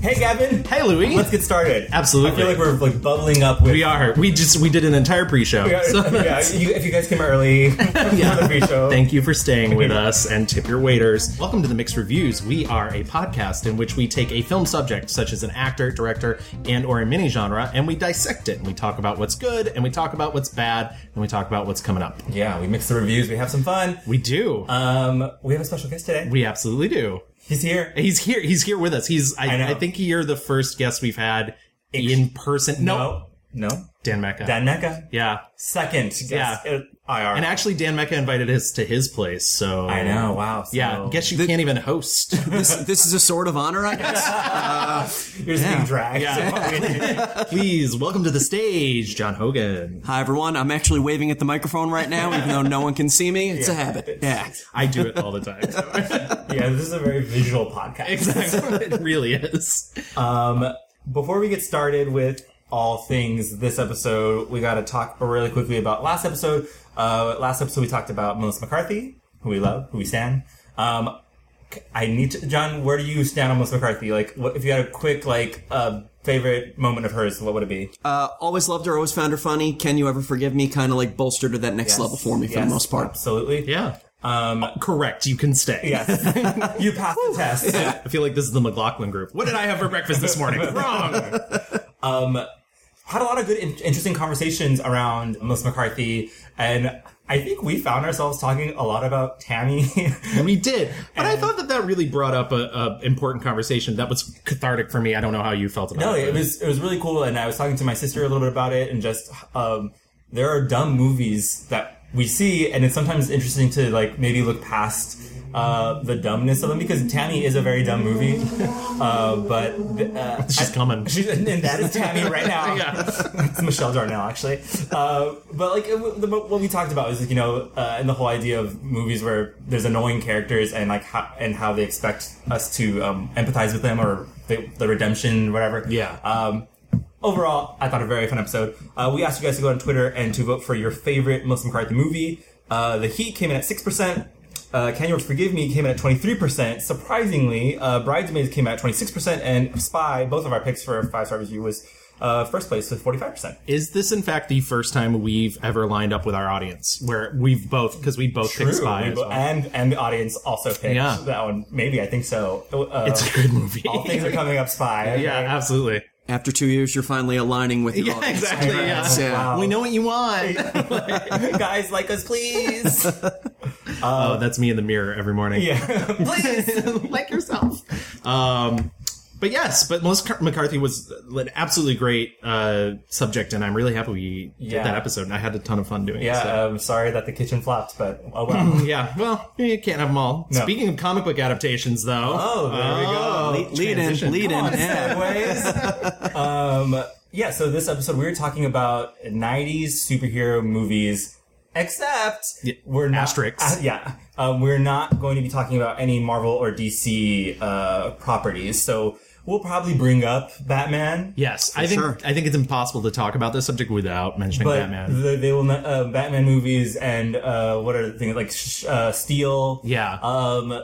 Hey, Gavin. Hey, Louis. Let's get started. Absolutely. I feel like we're like bubbling up with. we are. We just we did an entire pre-show. Yeah, so yeah, that's- you, if you guys came early, yeah. show. Thank you for staying with us and tip your waiters. Welcome to the Mixed Reviews. We are a podcast in which we take a film subject such as an actor, director, and or a mini genre and we dissect it and we talk about what's good and we talk about what's bad and we talk about what's coming up. Yeah, we mix the reviews. We have some fun. We do. Um, we have a special guest today. we absolutely do. He's here. He's here. He's here with us. He's I, I know. I, think you're the first guest we've had in person. No. no, no. Dan Mecca. Dan Mecca. yeah. Second guest. Yeah. uh, IR. And actually Dan Mecca invited us to his place, so I know. Wow. So Yeah, guess you can't even host. this, this is a sword of honor, I guess. you're just being dragged. Please welcome to the stage, John Hogan. Hi, everyone. I'm actually waving at the microphone right now, even though no one can see me. It's a habit. Yeah. I do it all the time. so. yeah, this is a very visual podcast. exactly, it really is. Um, before we get started with all things this episode, we got to talk really quickly about last episode. Uh, last episode we talked about Melissa McCarthy, who we love, who we stand. Um, I need to, John. Where do you stand on Melissa McCarthy? Like, what, if you had a quick like uh, favorite moment of hers, what would it be? Uh, always loved her. Always found her funny. Can you ever forgive me? Kind of like bolstered her that next level for me for Yes, the most part. Absolutely. Yeah. Um, Correct. You can stay. Yes. you passed the test. I feel like this is the McLaughlin group. What did I have for breakfast this morning? Wrong. had a lot of good, in- interesting conversations around Melissa McCarthy, and I think we found ourselves talking a lot about Tammy. We did. But I thought that that really brought up a, a important conversation that was cathartic for me. I don't know how you felt about no, it. Oh, it was it was really cool, and I was talking to my sister a little bit about it, and just um, there are dumb movies that we see, and it's sometimes interesting to like maybe look past. Uh, the dumbness of them because Tammy is a very dumb movie, uh, but uh, She's coming. She's, and that is Tammy right now. Yeah. it's Michelle Darnell, actually. Uh, but like it- the, what we talked about is like you know, uh, and the whole idea of movies where there's annoying characters and like how, and how they expect us to um, empathize with them or the, the redemption, whatever. Yeah. Um, overall, I thought a very fun episode. Uh, we asked you guys to go on Twitter and to vote for your favorite Melissa McCarthy movie. Uh, the Heat came in at six percent. Uh, Can You Forgive Me came in at 23%. Surprisingly, uh, Bridesmaids came out at 26%, and Spy, both of our picks for a five star review, was uh, first place with 45%. Is this in fact the first time we've ever lined up with our audience where we've both because we both picked Spy We as bo- well. And and the audience also picked Yeah. that one. Maybe I think so. Uh, It's a good movie. all things are coming up. Spy. yeah, absolutely. After two years, you're finally aligning with your Yeah, audience. exactly. Yeah. Yeah. Wow. We know what you want. guys, like us, please. Oh, that's me in the mirror every morning. yeah. like yourself. Um, but yes, but Melissa Car- McCarthy was an absolutely great uh, subject, and I'm really happy we Yeah. did that episode, and I had a ton of fun doing it. Yeah, uh, so. I'm sorry that the kitchen flopped, but oh well. Yeah, well, you can't have them all. No. Speaking of comic book adaptations, though. Oh, there we go. Le- lead transition. in, lead in. Come on, Yeah. segues. um, yeah, so this episode we were talking about 90s superhero movies, except we're not. asterisks. uh, yeah. Um, we're not going to be talking about any Marvel or DC uh, properties. So we'll probably bring up Batman. Yes, I think sure. I think it's impossible to talk about this subject without mentioning But Batman. The, they will not, uh, Batman movies and uh, what are the things like sh- uh, Steel? Yeah. Um, uh,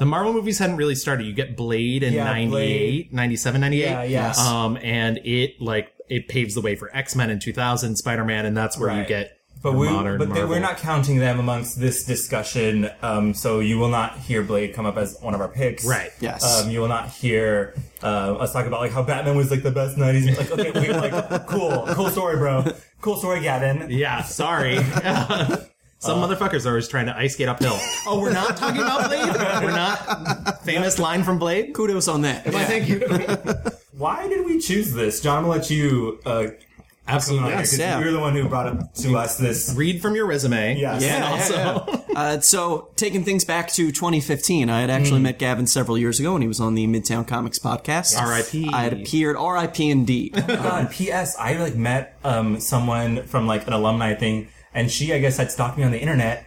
the Marvel movies hadn't really started. You get Blade in Yeah, 98, 97, 98. Yeah, yeah. Um, and it like it paves the way for X-Men in 2000, Spider-Man, and that's where you Right. get But the we, modern but they- Marvel. we're not counting them amongst this discussion. Um, so you will not hear Blade come up as one of our picks, Right. Yes. Um, you will not hear uh, us talk about like how Batman was like the best '90s. Like, okay, we, like cool, cool story, bro. Cool story, Gavin. Yeah, sorry. Uh. Some motherfuckers are always trying to ice skate uphill. Oh, we're not talking about Blade? We're not famous line from Blade? Kudos on that. Yeah. Thank you. Why did we choose this, John? I'll let you. Uh, Absolutely. because yeah. You're the one who brought up to us this. Read from your resume. And Yes. Yeah, also, Uh, so, taking things back to 2015, I had actually met Gavin several years ago, and he was on the Midtown Comics podcast. R.I.P.. I had appeared, RIP indeed. God, P.S. I like met um, someone from like an alumni thing, and she, I guess, had stalked me on the internet.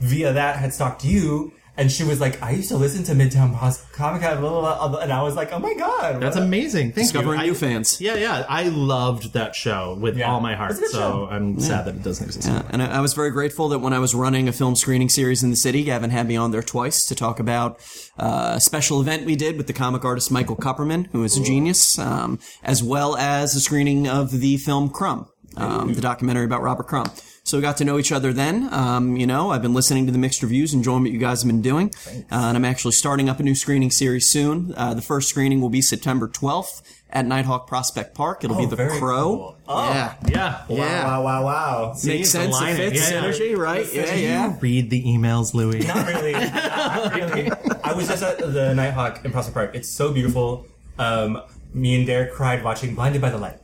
Via that, had stalked you, and she was like, "I used to listen to Midtown Pos- Comic Con," blah, blah, blah, and I was like, "Oh my god, That's amazing. Thank Discovering you. I- new fans. Yeah, yeah. I loved that show with Yeah. all my heart. It's a good So show. I'm sad that it doesn't exist. Yeah, and I, I was very grateful that when I was running a film screening series in the city, Gavin had me on there twice to talk about uh, a special event we did with the comic artist Michael Kupperman, who is a genius, um, as well as a screening of the film Crumb, um, the documentary about Robert Crumb. So we got to know each other then. Um, you know, I've been listening to the mixed reviews, enjoying what you guys have been doing. Uh, and I'm actually starting up a new screening series soon. Uh, the first screening will be September 12th at Nighthawk Prospect Park. It'll be The Oh, very Crow. cool. Oh, yeah. Yeah. Yeah. wow, wow, wow, wow." Makes the sense. It lining. fits. Yeah, yeah. Synergy, right? Yeah, yeah. Read the emails, Louis. Not really. Not really. I was just at the Nighthawk in Prospect Park. It's so beautiful. Um, me and Derek cried watching Blinded by the Light.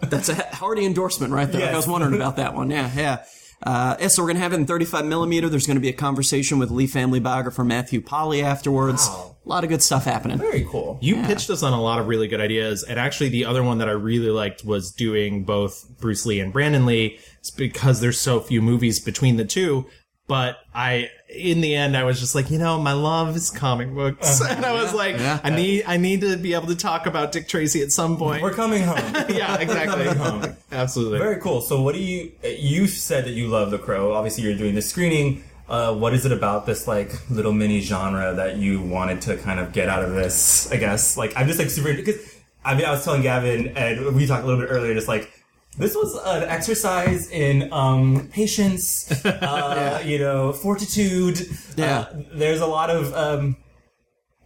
That's a hearty endorsement right there. I was Yes. wondering about that one. Yeah, yeah. Uh, yeah, so we're going to have it in 35 millimeter. There's going to be a conversation with Lee family biographer Matthew Polly afterwards. Wow. A lot of good stuff happening. Very cool. You pitched us on a lot of really good ideas, and actually, the other one that I really liked was doing both Bruce Lee and Brandon Lee, it's because there's so few movies between the two. But I, in the end, I was just like, you know, my love is comic books, and I was like, I need, I need to be able to talk about Dick Tracy at some point. We're coming home. yeah, exactly, absolutely. Very cool. So, what do you? You said that you love The Crow. Obviously, you're doing the screening. Uh, what is it about this like little mini genre that you wanted to kind of get out of this? I guess like I'm just like super because I mean I was telling Gavin and we talked a little bit earlier just like this was an exercise in um, patience, uh, you know, fortitude. Yeah. Uh, there's a lot of um,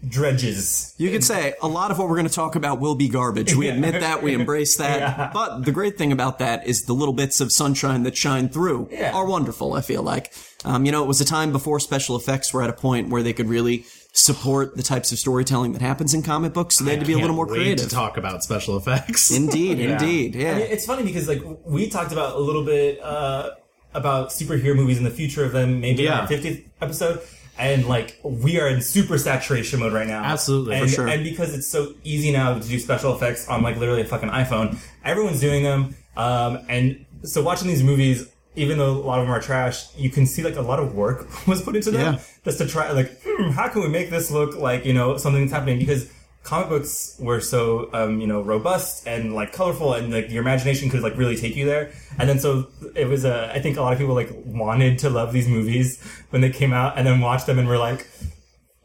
dredges. You could say a lot of what we're going to talk about will be garbage. We admit that. We embrace that. But the great thing about that is the little bits of sunshine that shine through Yeah. are wonderful, I feel like. Um, you know, it was a time before special effects were at a point where they could really support the types of storytelling that happens in comic books, so they had to be a little Can't more wait creative. to talk about special effects. Indeed, indeed. Yeah. I mean, it's funny because like we talked about a little bit uh, about superhero movies in the future of them, maybe Yeah. in our fiftieth episode, and like we are in super saturation mode right now. Absolutely, for And- sure. And because it's so easy now to do special effects on like literally a fucking iPhone, everyone's doing them. Um, and so watching these movies, even though a lot of them are trash, you can see like a lot of work was put into them Yeah. just to try like hmm, how can we make this look like you know something that's happening because comic books were so um, you know robust and like colorful and like your imagination could like really take you there and then so it was uh, i think a lot of people like wanted to love these movies when they came out and then watched them and were like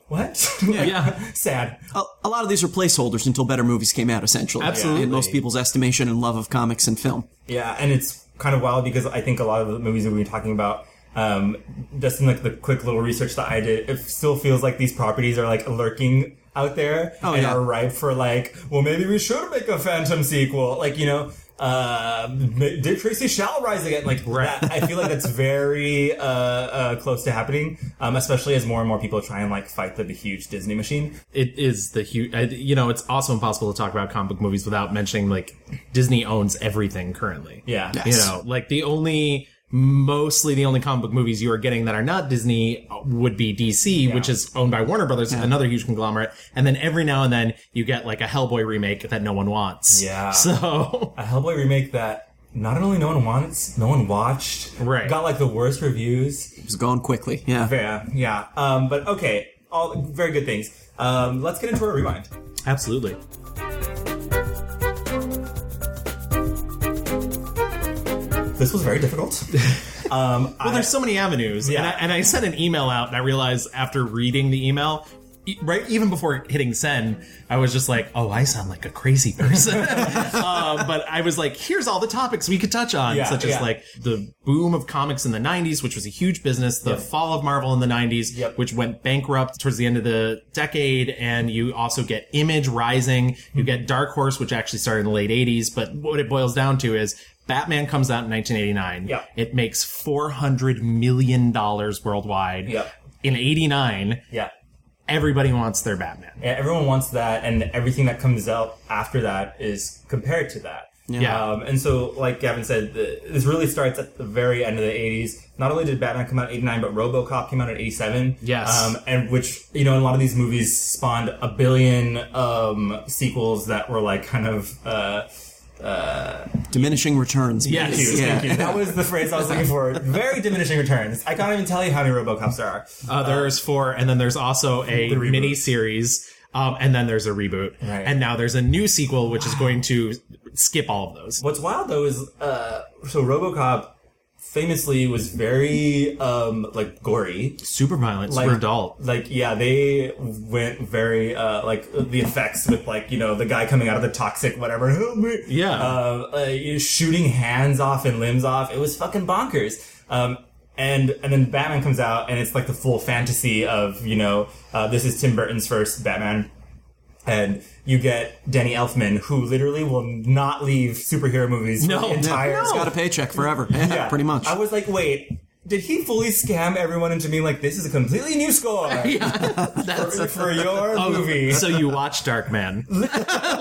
what Yeah. sad a, a lot of these are placeholders until better movies came out, essentially. Absolutely. In most people's estimation and love of comics and film. Yeah, and it's kind of wild because I think a lot of the movies that we were talking about, um, just in like the quick little research that I did, it still feels like these properties are like lurking out there and yeah. are ripe for like, well, maybe we should make a Phantom sequel, like you know. Uh, Dick Tracy shall rise again. Like that, I feel like that's very uh, uh, close to happening, um, especially as more and more people try and like fight the huge Disney machine. it is the huge you know it's also impossible to talk about comic book movies without mentioning like disney owns everything currently Yeah, Yeah. you know like the only mostly the only comic book movies you are getting that are not disney uh, would be dc which is owned by warner brothers another huge conglomerate and then every now and then you get like a hellboy remake that no one wants Yeah. so a Hellboy remake that not only no one wants, no one watched, Right. Got like the worst reviews. It was gone quickly. Yeah. Yeah, yeah. Um, but okay, all very good things. Um, let's get into our rewind. absolutely This was very difficult. Um, Well, there's so many avenues. Yeah. And, I, and I sent an email out, and I realized after reading the email, e- right even before hitting send, I was just like, "Oh, I sound like a crazy person." um, but I was like, "Here's all the topics we could touch on, Yeah, such as yeah. like the boom of comics in the '90s, which was a huge business, the fall of Marvel in the '90s, Yep. which went bankrupt towards the end of the decade, and you also get Image rising, Hmm. you get Dark Horse, which actually started in the late '80s. But what it boils down to is. Batman comes out in 1989. Yeah. It makes four hundred million dollars worldwide. Yep. In '89, yeah. everybody wants their Batman. Yeah, everyone wants that, and everything that comes out after that is compared to that. Yeah. Um, and so, like Gavin said, the, this really starts at the very end of the 80s. Not only did Batman come out in 89, but Robocop came out in 87. Yes. Um, and which, you know, a lot of these movies spawned a billion um, sequels that were like kind of. Uh, Diminishing returns. Yes, maybe. yes, yeah. thank you. That was the phrase I was looking for. Very diminishing returns. I can't even tell you how many RoboCops there are. Uh, there's four, and then there's also a reboot. mini series, um, and then there's a reboot, Right. and now there's a new sequel which is going to skip all of those. What's wild though is uh, so RoboCop famously was very um, like gory. Super violent, Like- super adult. Like yeah, they went very uh, like the effects with like you know the guy coming out of the toxic whatever. Yeah. uh, uh, you know, shooting hands off and limbs off. It was fucking bonkers. Um, and and then Batman comes out and it's like the full fantasy of you know uh, this is Tim Burton's first Batman and you get Danny Elfman, who literally will not leave superhero movies No, for the no, entire. no. He's got a paycheck forever. Yeah, Yeah. pretty much. I was like, wait, did he fully scam everyone into being like, this is a completely new score for, for your Oh. movie? So you watch Dark Man.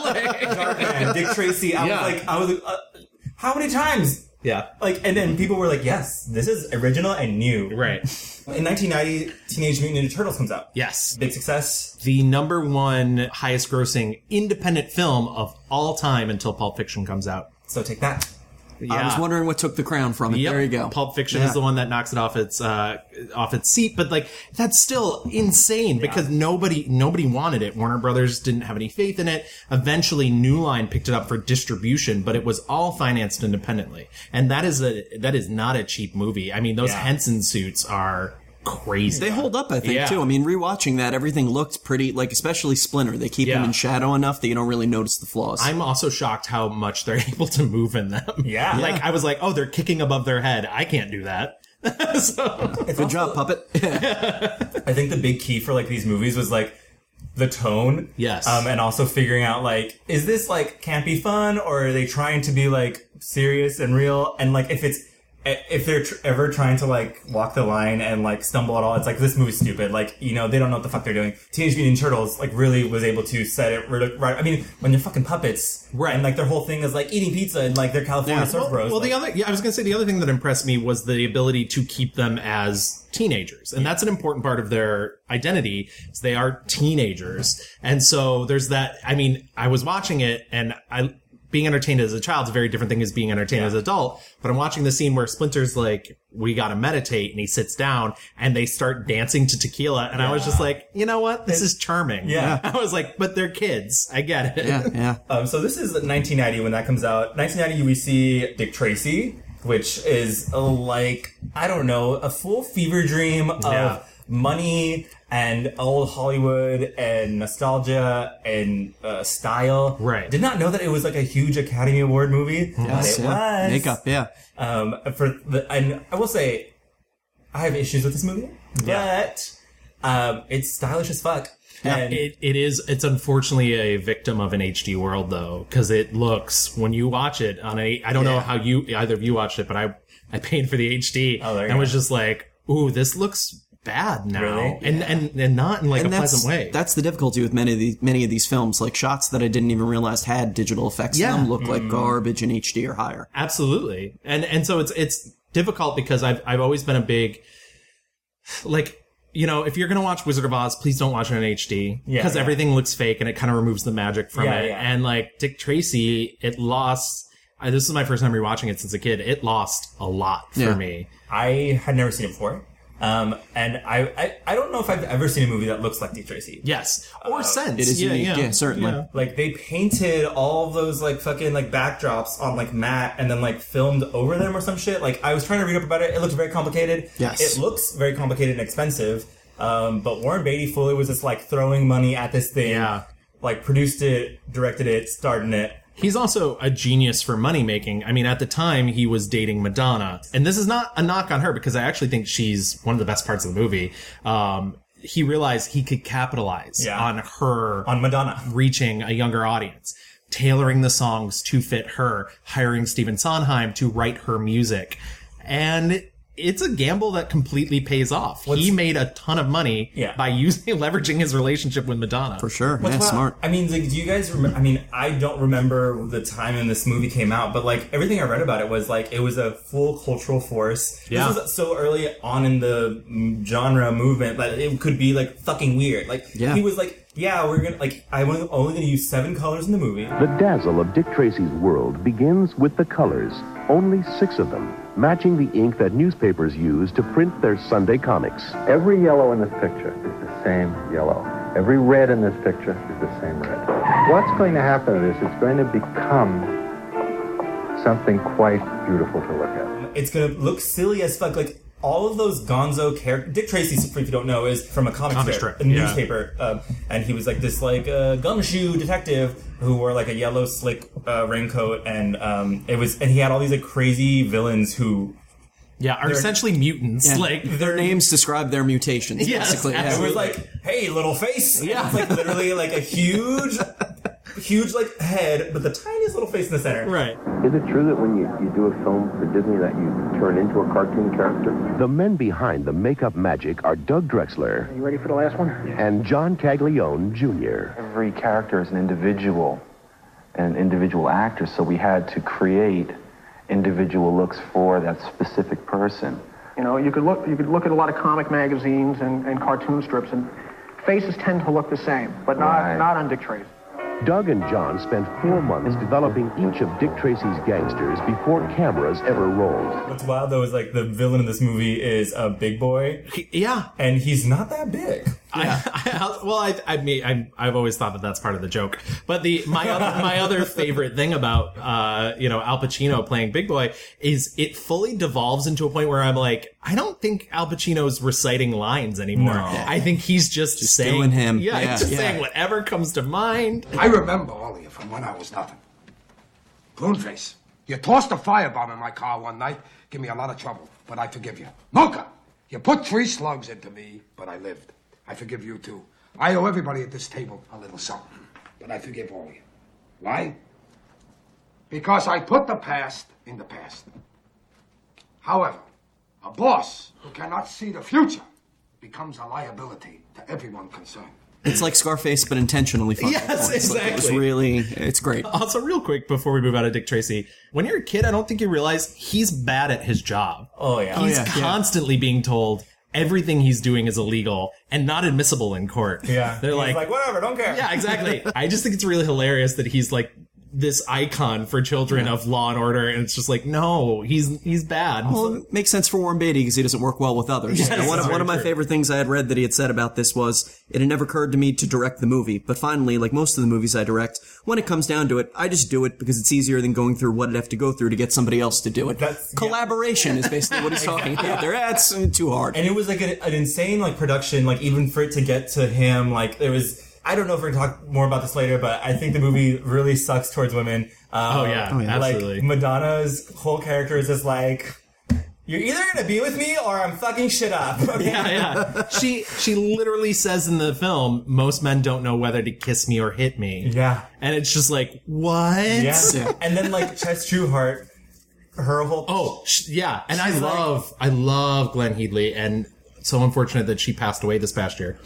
Darkman, Dick Tracy. I Yeah. was like, I was like, uh, how many times? yeah. Like, and then people were like, yes, this is original and new. Right. In 1990, Teenage Mutant Ninja Turtles comes out. Yes. Big success. The number one highest grossing independent film of all time until Pulp Fiction comes out. So take that. Yeah. I was wondering what took the crown from it. Yep. There you go. Pulp Fiction Yeah. is the one that knocks it off its uh, off its seat, but like that's still insane because nobody nobody wanted it. Warner Brothers didn't have any faith in it. Eventually, New Line picked it up for distribution, but it was all financed independently, and that is a that is not a cheap movie. I mean, those Yeah. Henson suits are crazy. They hold up, I think, Yeah. too. I mean, rewatching that, everything looked pretty, like, especially Splinter. They keep him Yeah. in shadow enough that you don't really notice the flaws. I'm also shocked how much they're able to move in them. Yeah. like I was like, oh, they're kicking above their head. I can't do that. so, Good job, puppet. I think the big key for like these movies was like the tone. Yes. Um, and also figuring out like, is this like campy fun or are they trying to be like serious and real? And like, if it's, e, if they're tr- ever trying to like walk the line and like stumble at all, it's like this movie's stupid. Like you know they don't know what the fuck they're doing. Teenage Mutant Ninja Turtles like really was able to set it rid- right. I mean when they're fucking puppets, Right. And like their whole thing is like eating pizza and like they're California surf well, bros. well, like, the other yeah, I was gonna say the other thing that impressed me was the ability to keep them as teenagers, and that's an important part of their identity. Is they are teenagers, and so there's that. I mean, I was watching it, and I being entertained as a child is a very different thing as being entertained as an adult. But I'm watching the scene where Splinter's like, "We gotta meditate," and he sits down, and they start dancing to tequila, and I was just like, "You know what? This is charming." Yeah. I was like, "But they're kids. I get it." yeah, yeah. Um, so this is 1990 when that comes out. 1990, we see Dick Tracy, which is uh, like I don't know, a full fever dream of Yeah. money and old Hollywood and nostalgia and uh, style. Right. Did not know that it was like a huge Academy Award movie. Yes, but it yeah. was. Makeup, yeah. Um, for the, and I will say, I have issues with this movie, but um, it's stylish as fuck. and It, it is. It's unfortunately a victim of an HD world though, because it looks when you watch it on a. I don't know how you either of you watched it, but I I paid for the HD Oh, there you and go. was just like, ooh, this looks bad now, Really? and and and not in like a pleasant way. That's the difficulty with many of these many of these films, like shots that I didn't even realize had digital effects. in Yeah. them look Mm. like garbage in HD or higher. absolutely and and so it's it's difficult because i've i've always been a big like you know if you're gonna watch wizard of oz please don't watch it in hd Yeah, because yeah. everything looks fake and it kind of removes the magic from Yeah, it yeah. and like dick tracy it lost I, this is my first time rewatching it since a kid it lost a lot for Yeah. me I had never seen it before. Um, and I, I, I don't know if I've ever seen a movie that looks like Dick Tracy. yes or sense Uh, it is yeah, unique. yeah. Yeah, certainly. Yeah. Like they painted all of those like fucking like backdrops on like matte and then like filmed over them or some shit. Like I was trying to read up about it. It looked very complicated. Yes. It looks very complicated and expensive. Um, but Warren Beatty fully was just like throwing money at this thing. Yeah. Like produced it, directed it, starred in it. He's also a genius for money making. I mean, at the time, he was dating Madonna. And this is not a knock on her because I actually think she's one of the best parts of the movie. Um, he realized he could capitalize Yeah. on her On Madonna. reaching a younger audience, tailoring the songs to fit her, hiring Stephen Sondheim to write her music. And it's a gamble that completely pays off. he made a ton of money Yeah. by using leveraging his relationship with Madonna. For sure. What's yeah, wild- smart. I mean, like, do you guys remember? I mean, I don't remember the time when this movie came out, but like everything I read about it was like it was a full cultural force. Yeah. This was so early on in the mm, genre movement that it could be like fucking weird. Like Yeah. he was like yeah, we're gonna like I'm only gonna use seven colors in the movie. The dazzle of Dick Tracy's world begins with the colors, only six of them, matching the ink that newspapers use to print their Sunday comics. Every yellow in this picture is the same yellow. Every red in this picture is the same red. What's going to happen is it's going to become something quite beautiful to look at. It's gonna look silly as fuck. Like all of those Gonzo characters. Dick Tracy, if you don't know, is from a comic, Comic strip, strip, a yeah. newspaper, um, and he was like this like uh, gumshoe detective who wore like a yellow slick uh, raincoat, and um, it was and he had all these like crazy villains who Yeah, are essentially mutants. Yeah. Like their names describe their mutations, Yes, basically. yeah. It was absolutely. like, hey, little face. Yeah. It's like literally like a huge, huge like head, but the tiniest little face in the center. right. Is it true that when you, you do a film for Disney that you turn into a cartoon character? The men behind the makeup magic are Doug Drexler You ready for the last one? and John Caglione Jr. Every character is an individual and an individual actor, so we had to create individual looks for that specific person. You know, you could look you could look at a lot of comic magazines and, and cartoon strips, and faces tend to look the same, but not Right. not on Dick Tracy. Doug and John spent four months developing each of Dick Tracy's gangsters before cameras ever rolled. What's wild though is like the villain in this movie is a big boy, Yeah, and he's not that big. I, I, well, I, I mean, I'm, I've always thought that that's part of the joke. But the my other, my other favorite thing about uh, you know Al Pacino playing Big Boy is it fully devolves into a point where I'm like, I don't think Al Pacino's reciting lines anymore. I think he's just, saying doing him. Yeah, Yeah, he's just yeah. saying whatever comes to mind. I remember all of you from when I was nothing. Pruneface, you tossed a firebomb in my car one night. Give me a lot of trouble, but I forgive you. Mocha, you put three slugs into me, but I lived. I forgive you too. I owe everybody at this table a little something, but I forgive all of you. Why? Because I put the past in the past. However, a boss who cannot see the future becomes a liability to everyone concerned. It's like Scarface, but intentionally funny. Yes, It's like- It's exactly. really, it's great. Also, real quick before we move out of Dick Tracy, when you're a kid, I don't think you realize he's bad at his job. Oh yeah. he's yeah, yeah. constantly being told everything he's doing is illegal and not admissible in court. yeah. they're He's like, whatever, don't care. yeah, exactly. I just think it's really hilarious that he's like this icon for children of Law and Order, and it's just like, no, he's he's bad. Well, it makes sense for Warren Beatty because he doesn't work well with others. And one of, one of my favorite things I had read that he had said about this was it had never occurred to me to direct the movie, but finally, like most of the movies I direct, when it comes down to it, I just do it because it's easier than going through what I'd have to go through to get somebody else to do it. That's- yeah. Collaboration is basically what he's talking about there. That's uh, too hard. and it was like an, an insane like production like even for it to get to him like there was i don't know if we're gonna talk more about this later but i think the movie really sucks towards women um, Oh, yeah. Oh, yeah. Absolutely. like madonna's whole character is just like you're either gonna be with me or i'm fucking shit up Okay? yeah, yeah. She she literally says in the film, most men don't know whether to kiss me or hit me. Yeah. and it's just like what? Yeah. and then like chess Trueheart, her whole Oh, sh- yeah. And I love, I love Glenn Headley, and so unfortunate that she passed away this past year.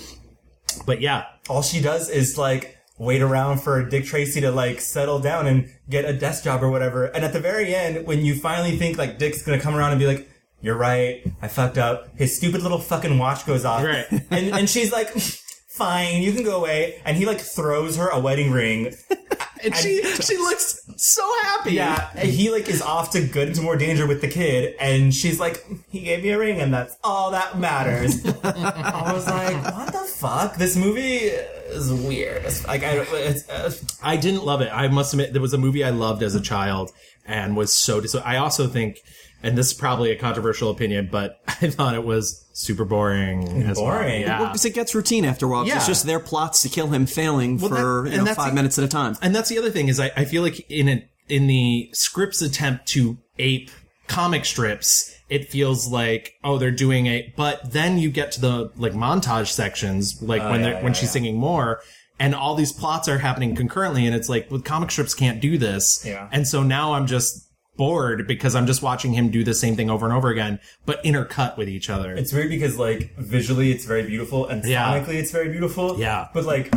But yeah, all she does is like wait around for Dick Tracy to like settle down and get a desk job or whatever. And at the very end, when you finally think like Dick's gonna come around and be like, "You're right, I fucked up," his stupid little fucking watch goes off, Right. and and she's like. Fine, you can go away. And he like throws her a wedding ring. and Uh, she she looks so happy. Yeah, and he like is off to good into more danger with the kid, and she's like, "He gave me a ring, and that's all that matters." I was like, "What the fuck? This movie is weird." It's- Like, I, it's, uh, I didn't love it. I must admit, there was a movie I loved as a child and was so. Dis- I also think, and this is probably a controversial opinion, but I thought it was super boring. as well. Boring? yeah. because it gets routine after a while. 'cause It's Yeah. just their plots to kill him failing Well, for that- and you know, that's five the- minutes at a time. And that's the other thing is I, I feel like in a, in the script's attempt to ape comic strips, it feels like oh they're doing a. But then you get to the like montage sections, like when Oh, they're when she's singing more. And all these plots are happening concurrently, and it's like, well, comic strips can't do this. Yeah. And so now I'm just bored because I'm just watching him do the same thing over and over again, but intercut with each other. It's weird because like visually it's very beautiful and Yeah. sonically it's very beautiful. Yeah. But like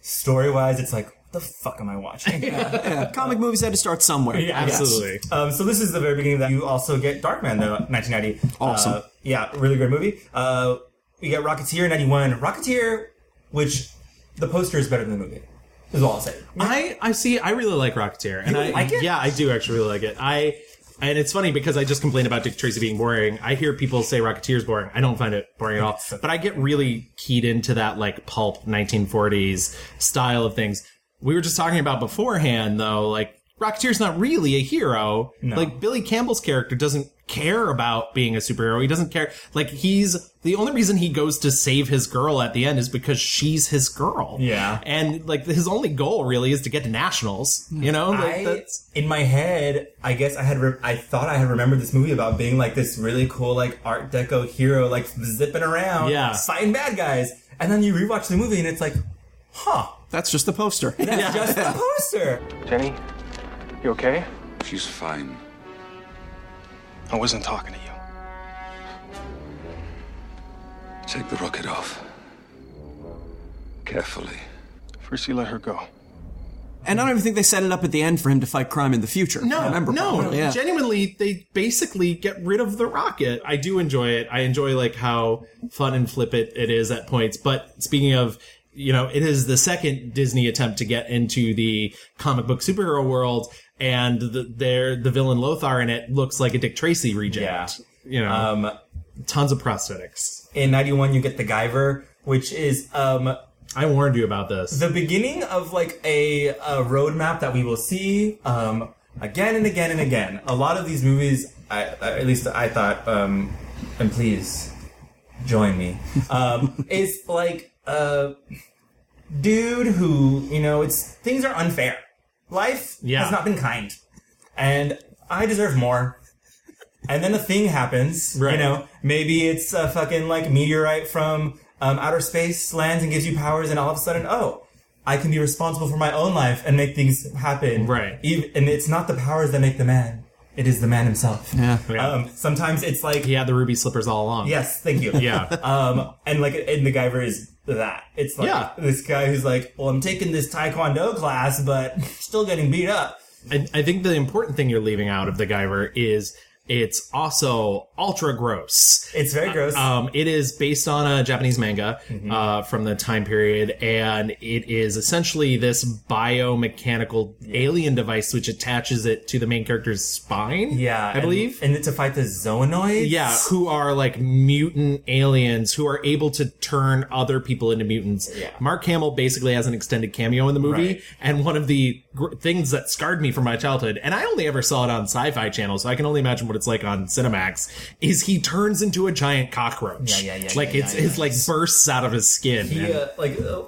story wise, it's like what the fuck am I watching? Comic movies had to start somewhere. Absolutely. um, so this is the very beginning that you also get Darkman though, 1990. Awesome. Uh, yeah, really great movie. Uh, we got Rocketeer 91. Rocketeer, which the poster is better than the movie. Is all I'll say. I I see. I really like Rocketeer, and I like it? yeah, I do actually really like it. I and it's funny because I just complained about Dick Tracy being boring. I hear people say Rocketeer's boring. I don't find it boring at all. But I get really keyed into that like pulp 1940s style of things. We were just talking about beforehand though, like Rocketeer's not really a hero. Like Billy Campbell's character doesn't care about being a superhero. He doesn't care. Like he's the only reason he goes to save his girl at the end is because she's his girl. Yeah. And like his only goal really is to get to nationals. You know, like, I, that's in my head, I guess I had re- I thought I had remembered this movie about being like this really cool like Art Deco hero, like zipping around, Yeah. fighting bad guys, and then you rewatch the movie and it's like, huh, That's just the poster. that's just the poster. Jenny, you okay? She's fine. I wasn't talking to you. Take the rocket off. Carefully. First, you let her go. And I don't even think they set it up at the end for him to fight crime in the future. if I no, remember no. Oh, properly, yeah. Genuinely, they basically get rid of the rocket. I do enjoy it. I enjoy like how fun and flippant it is at points. But speaking of, you know, it is the second Disney attempt to get into the comic book superhero world, and the, their the villain Lothar in it looks like a Dick Tracy reject. You know, Um, tons of prosthetics. in '91, you get the Guyver, which is um I warned you about this. the beginning of like a, a roadmap that we will see um, again and again and again. A lot of these movies, I, I- at least I thought, um, and please join me, um, is like a dude who you know it's things are unfair. Life Yeah. has not been kind, and I deserve more. And then a thing happens, Right. you know. Maybe it's a fucking like meteorite from um, outer space lands and gives you powers, and all of a sudden, oh, I can be responsible for my own life and make things happen. Right. Even, and it's not the powers that make the man; it is the man himself. Yeah. Yeah. Um, sometimes it's like, he had the ruby slippers all along. yes, thank you. Yeah. Um, and like, and the Guyver is that. It's like Yeah. this guy who's like, well, I'm taking this Taekwondo class, but still getting beat up. I, I think the important thing you're leaving out of the Guyver is it's also ultra gross. It's very gross. Um, it is based on a Japanese manga Mm-hmm. uh, from the time period, and it is essentially this biomechanical alien device which attaches it to the main character's spine. yeah, I and- believe. And to fight the zoonoids. yeah, who are like mutant aliens who are able to turn other people into mutants. Yeah. Mark Hamill basically has an extended cameo in the movie, Right. and one of the gr- things that scarred me from my childhood, and I only ever saw it on Sci-Fi Channel, so I can only imagine what it's like on Cinemax, is he turns into a giant cockroach. Yeah, yeah, yeah, Like yeah, it's yeah, it's like bursts out of his skin. He, And- uh, like, uh,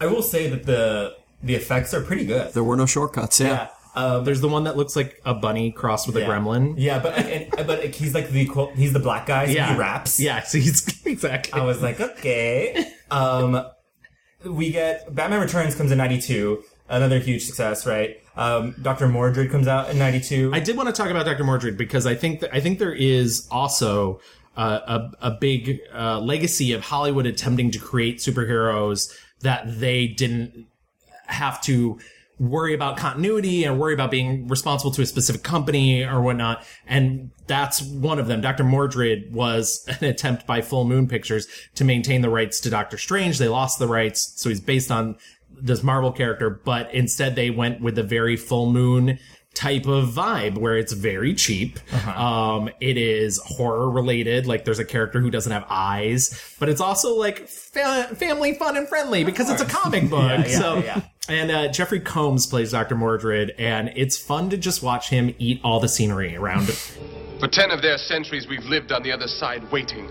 I will say that the the effects are pretty good. There were no shortcuts, yeah. Um, There's the one that looks like a bunny crossed with yeah. a gremlin. Yeah, but and, but he's like the quote, he's the black guy. So Yeah. he raps. Yeah, so he's exactly. I was like, okay. Um, we get Batman Returns comes in '92, another huge success, right? Um, Doctor Mordred comes out in '92. I did want to talk about Dr. Mordred because I think that, I think there is also uh, a a big uh, legacy of Hollywood attempting to create superheroes that they didn't have to worry about continuity and worry about being responsible to a specific company or whatnot. And that's one of them. Dr. Mordred was an attempt by Full Moon Pictures to maintain the rights to Doctor Strange. They lost the rights, so he's based on this Marvel character, but instead they went with the very Full Moon type of vibe where it's very cheap. Uh-huh. Um, it is horror related. Like there's a character who doesn't have eyes, but it's also like fa- family fun and friendly because it's a comic book. yeah, so, yeah. and uh, Jeffrey Combs plays Dr. Mordred, and it's fun to just watch him eat all the scenery around him. For ten of their centuries, we've lived on the other side waiting.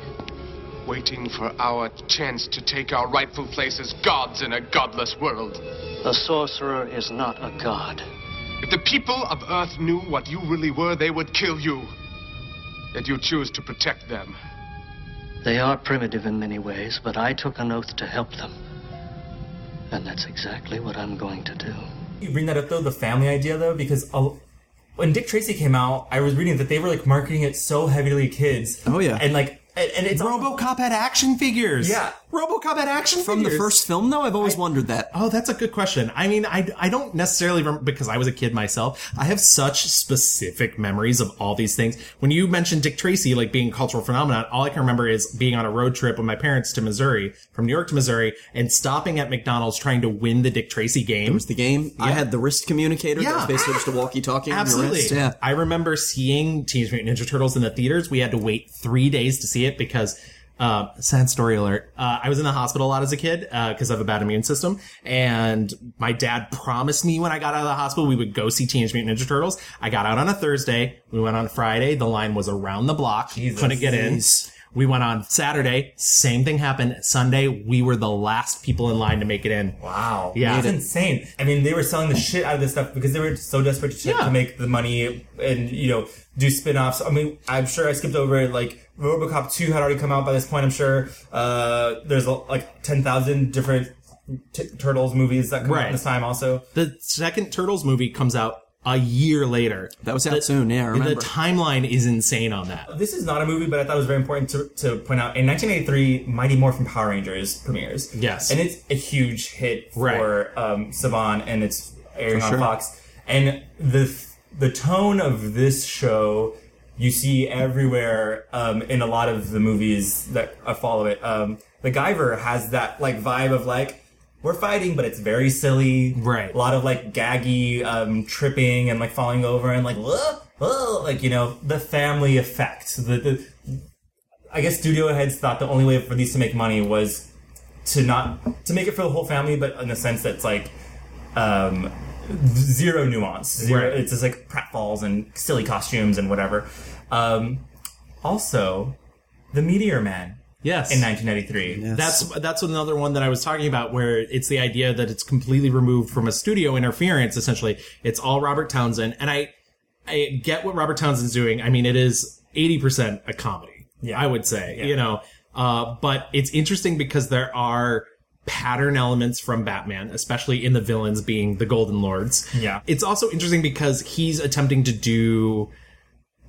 Waiting for our chance to take our rightful place as gods in a godless world. The sorcerer is not a god. If the people of Earth knew what you really were, they would kill you. Yet you choose to protect them. They are primitive in many ways, but I took an oath to help them. And that's exactly what I'm going to do. you bring that up though, the family idea though, because a, when Dick Tracy came out, I was reading that they were like marketing it so heavily to kids. Oh, yeah. and like And, and it's RoboCop had action figures. Yeah. RoboCop had action From the figures. first film, though, I've always wondered that. Oh, that's a good question. I mean, I, I don't necessarily remember because I was a kid myself. I have such specific memories of all these things. When you mentioned Dick Tracy, like being a cultural phenomenon, all I can remember is being on a road trip with my parents to Missouri, from New York to Missouri, and stopping at McDonald's trying to win the Dick Tracy game. It was the game. I had the wrist communicator. that Yeah. was basically just a walkie-talkie. on your Absolutely. wrist. Yeah. I remember seeing Teenage Mutant Ninja Turtles in the theaters. We had to wait three days to see it because, uh, sad story alert. Uh, I was in the hospital a lot as a kid, uh, cause I have a bad immune system. And my dad promised me when I got out of the hospital, we would go see Teenage Mutant Ninja Turtles. I got out on a Thursday. We went on Friday. The line was around the block. Couldn't get in. Jeez. We went on Saturday. Same thing happened. Sunday, we were the last people in line to make it in. Wow. Yeah. It's insane. I mean, they were selling the shit out of this stuff because they were so desperate to, to make the money and, you know, do spin offs. I mean, I'm sure I skipped over, like, Robocop 2 had already come out by this point, I'm sure. Uh, there's like 10,000 different t- Turtles movies that come out Right. this time also. The second Turtles movie comes out a year later. That was out soon, yeah, I remember. The timeline is insane on that. This is not a movie, but I thought it was very important to, to point out. In 1983, Mighty Morphin Power Rangers premieres. Yes. And it's a huge hit for um, Saban, and it's airing For on sure. Fox. And the the tone of this show you see everywhere um, in a lot of the movies that uh, follow it. Um, the Guyver has that like vibe of like we're fighting, but it's very silly. Right. A lot of like gaggy um, tripping and like falling over and like whoa, whoa, like you know the family effect. The, the I guess studio heads thought the only way for these to make money was to not to make it for the whole family, but in the sense that's like um, zero nuance. Zero, It's just like pratfalls and silly costumes and whatever. Um, also, the Meteor Man. Yes. in 1993. That's that's another one that I was talking about where it's the idea that it's completely removed from a studio interference essentially. It's all Robert Townsend and I I get what Robert Townsend's doing. I mean, it is 80% a comedy. Yeah. I would say, you know. Uh, but it's interesting because there are pattern elements from Batman, especially in the villains being the Golden Lords. Yeah. It's also interesting because he's attempting to do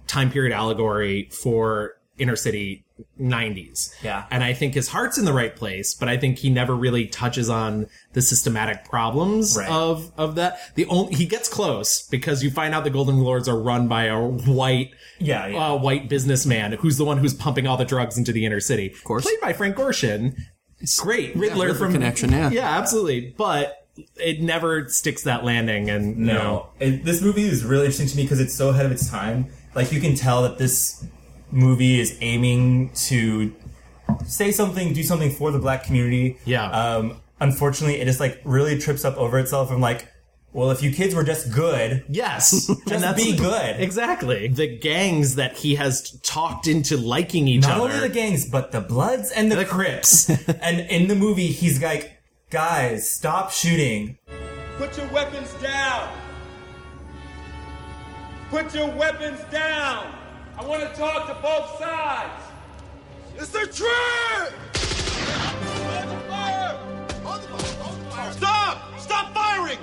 time period allegory for inner city 90s. Yeah. And I think his heart's in the right place, but I think he never really touches on the systematic problems of of that. The only he gets close because you find out the Golden Lords are run by a white yeah, Uh, white businessman who's the one who's pumping all the drugs into the inner city. Of course. Played by Frank Gorshin. Great Riddler Riddler from connection, yeah. Yeah, absolutely. But it never sticks that landing and you No. know, And this movie is really interesting to me because it's so ahead of its time. Like you can tell that this movie is aiming to say something, do something for the black community. Yeah. Um, unfortunately, it just like really trips up over itself. I'm like, well, if you kids were just good, Yes, just be good. Exactly. The gangs that he has talked into liking each Not other. only the gangs, but the Bloods and the, Crips. and in the movie, he's like, guys, stop shooting. Put your weapons down. Put your weapons down. I want to talk to both sides. It's the truth. Stop! Stop firing!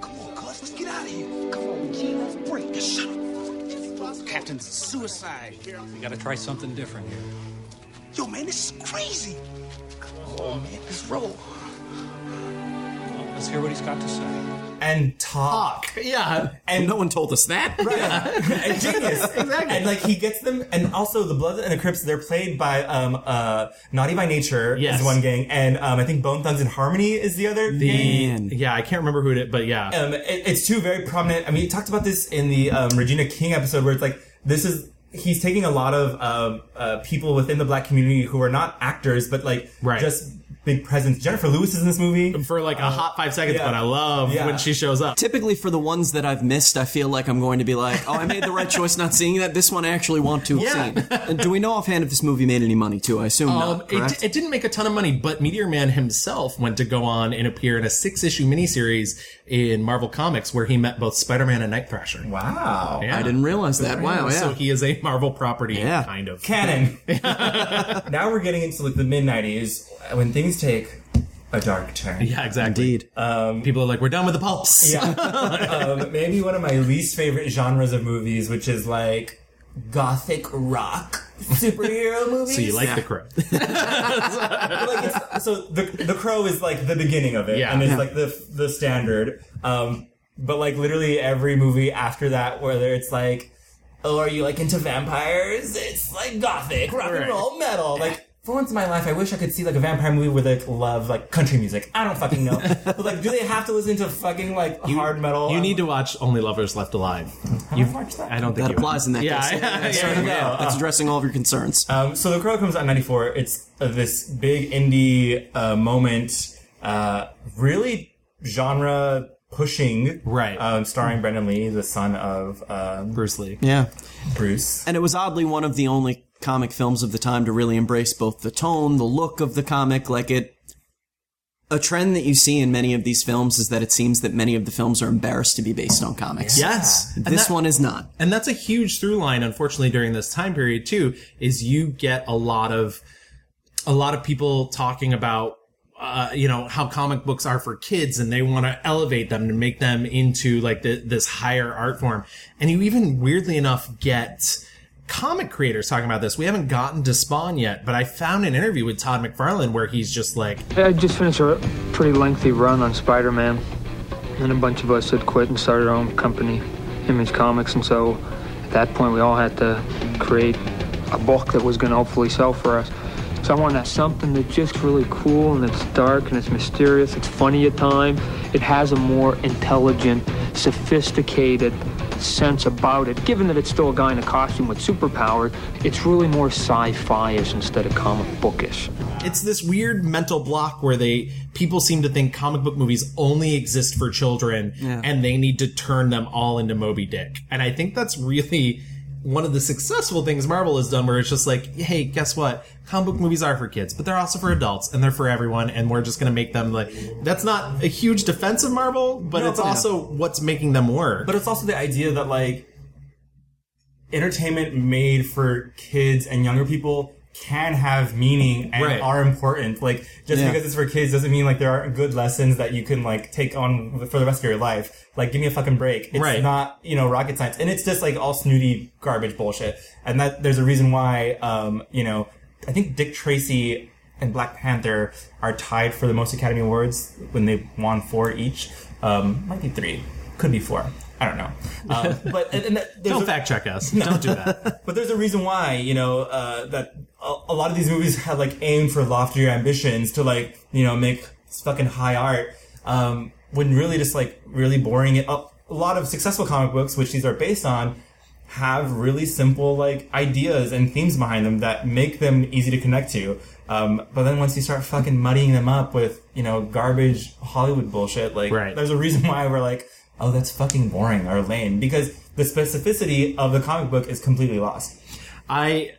Come on, cuz, let's get out of here. Come on, kid, let's break this. Shut up. Captain's a suicide. We gotta try something different here. Yo, man, this is crazy. Come on, man, let's roll. Let's hear what he's got to say. And talk. Yeah. And no one told us that. Right. and genius. Exactly. And like he gets them, and also the Bloods and the Crips. They're played by um uh Naughty by Nature Yes. is one gang, and um I think Bone Thugs and Harmony is the other gang. Yeah, I can't remember who it is, but yeah. Um, it- it's two very prominent. I mean, you talked about this in the um, Regina King episode, where it's like this is he's taking a lot of um, uh, people within the black community who are not actors, but like just big presence. Jennifer Lewis is in this movie Um, for like a hot five seconds, but I love when she shows up. Typically, for the ones that I've missed, I feel like I'm going to be like, "Oh, I made the right choice not seeing that." This one I actually want to have seen. And do we know offhand if this movie made any money too? I assume Um, not. Correct. it, it didn't make a ton of money, but Meteor Man himself went to go on and appear in a six issue miniseries in Marvel Comics where he met both Spider Man and Night Thrasher. Wow. I didn't realize that. Wow, yeah. So he is a Marvel property, kind of. canon. now we're getting into like the mid '90s when things take a dark turn. Yeah, exactly. Indeed. Um, People are like, we're done with the pulps. Yeah. um, maybe one of my least favorite genres of movies, which is like gothic rock superhero movies. So you like The Crow. like it's, so the the crow is like the beginning of it, Yeah. and it's Yeah. like the the standard. Um, but like literally every movie after that, whether it's like, oh, are you like into vampires? It's like gothic rock Right. and roll metal. Like for once in my life, I wish I could see like a vampire movie where they like, love like country music. I don't fucking know, but like, do they have to listen to fucking like hard metal? You need to watch Only Lovers Left Alive. You've watched that? I don't think That you applies in that yeah, case. Yeah, That's yeah, right. yeah. That's Uh, addressing all of your concerns. Uh, Um, so The Crow comes out in '94. It's uh, this big indie uh, moment, uh, really genre pushing, right? Um, starring Brendan Lee, the son of uh, Bruce Lee. Yeah. Bruce. And it was oddly one of the only comic films of the time to really embrace both the tone, the look of the comic, like it a trend that you see in many of these films is that it seems that many of the films are embarrassed to be based on comics. Yes. And This that- one is not. And that's a huge through line, unfortunately, during this time period too, is you get a lot of a lot of people talking about uh, you know how comic books are for kids and they want to elevate them to make them into like the, this higher art form and you even weirdly enough get comic creators talking about this we haven't gotten to spawn yet but i found an interview with todd mcfarlane where he's just like I just finished a pretty lengthy run on Spider Man. Then a bunch of us had quit and started our own company, Image Comics. And so at that point, we all had to create a book that was going to hopefully sell for us. So I wanted something that's just really cool and it's dark and it's mysterious, it's funny at times. It has a more intelligent, sophisticated sense about it. Given that it's still a guy in a costume with superpowers, it's really more sci fi ish instead of comic bookish. it's this weird mental block where they people seem to think comic book movies only exist for children and they need to turn them all into Moby Dick. And I think that's really one of the successful things Marvel has done where it's just like, hey, guess what? Comic book movies are for kids, but they're also for adults and they're for everyone and we're just going to make them like that's not a huge defense of Marvel, but No, it's but- also what's making them work. But it's also the idea that like entertainment made for kids and younger people can have meaning and Right. are important. Like just Yeah. because it's for kids doesn't mean like there aren't good lessons that you can like take on for the rest of your life. Like give me a fucking break. It's Right. not, you know, rocket science. And it's just like all snooty garbage bullshit. And that there's a reason why um, you know, I think Dick Tracy and Black Panther are tied for the most Academy Awards when they won four each. Um, might be three, could be four. I don't know. Um, but and, and that, Don't there's a- fact check us. Don't do that. but there's a reason why, you know, uh, that a, a lot of these movies have like aimed for loftier ambitions to like, you know, make fucking high art. Um, when really just like really boring it up. A lot of successful comic books, which these are based on, have really simple like ideas and themes behind them that make them easy to connect to. Um, but then once you start fucking muddying them up with, you know, garbage Hollywood bullshit, like, there's a reason why we're like, oh, that's fucking boring or lame because the specificity of the comic book is completely lost. I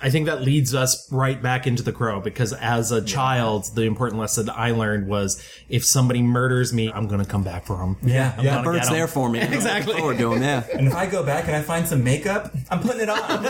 I think that leads us right back into the crow because as a child, the important lesson that I learned was if somebody murders me, I'm going to come back for them. Yeah, I'm gonna yeah. That bird's get 'em. there for me. exactly. Looking forward to 'em, yeah. And if I go back and I find some makeup, I'm putting it on.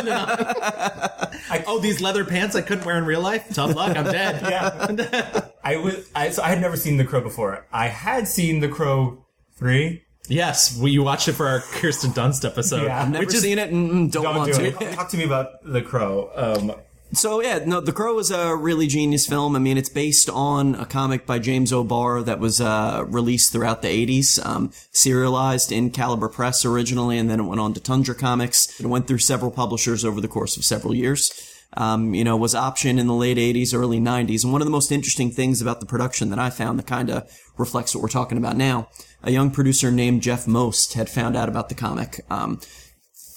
oh, these leather pants I couldn't wear in real life. Tough luck. I'm dead. yeah. I was I so I had never seen The Crow before. I had seen The Crow three. Yes, we you watched it for our Kirsten Dunst episode. Yeah. I've never seen it and don't, want do to. it. Talk to me about The Crow. Um, So yeah, no, The Crow is a really genius film. I mean, it's based on a comic by James O'Barr that was uh, released throughout the '80s, um, serialized in Caliber Press originally, and then it went on to Tundra Comics. It went through several publishers over the course of several years. Um, you know, was optioned in the late '80s, early '90s, and one of the most interesting things about the production that I found that kind of reflects what we're talking about now. A young producer named Jeff Most had found out about the comic. Um,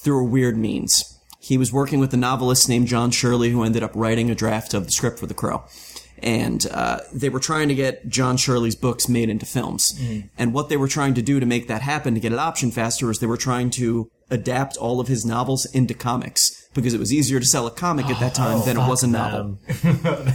through a weird means. He was working with a novelist named John Shirley who ended up writing a draft of the script for The Crow. And uh, they were trying to get John Shirley's books made into films. Mhm. And what they were trying to do to make that happen, to get it optioned faster, is they were trying to adapt all of his novels into comics because it was easier to sell a comic at that time than it fuck was a novel.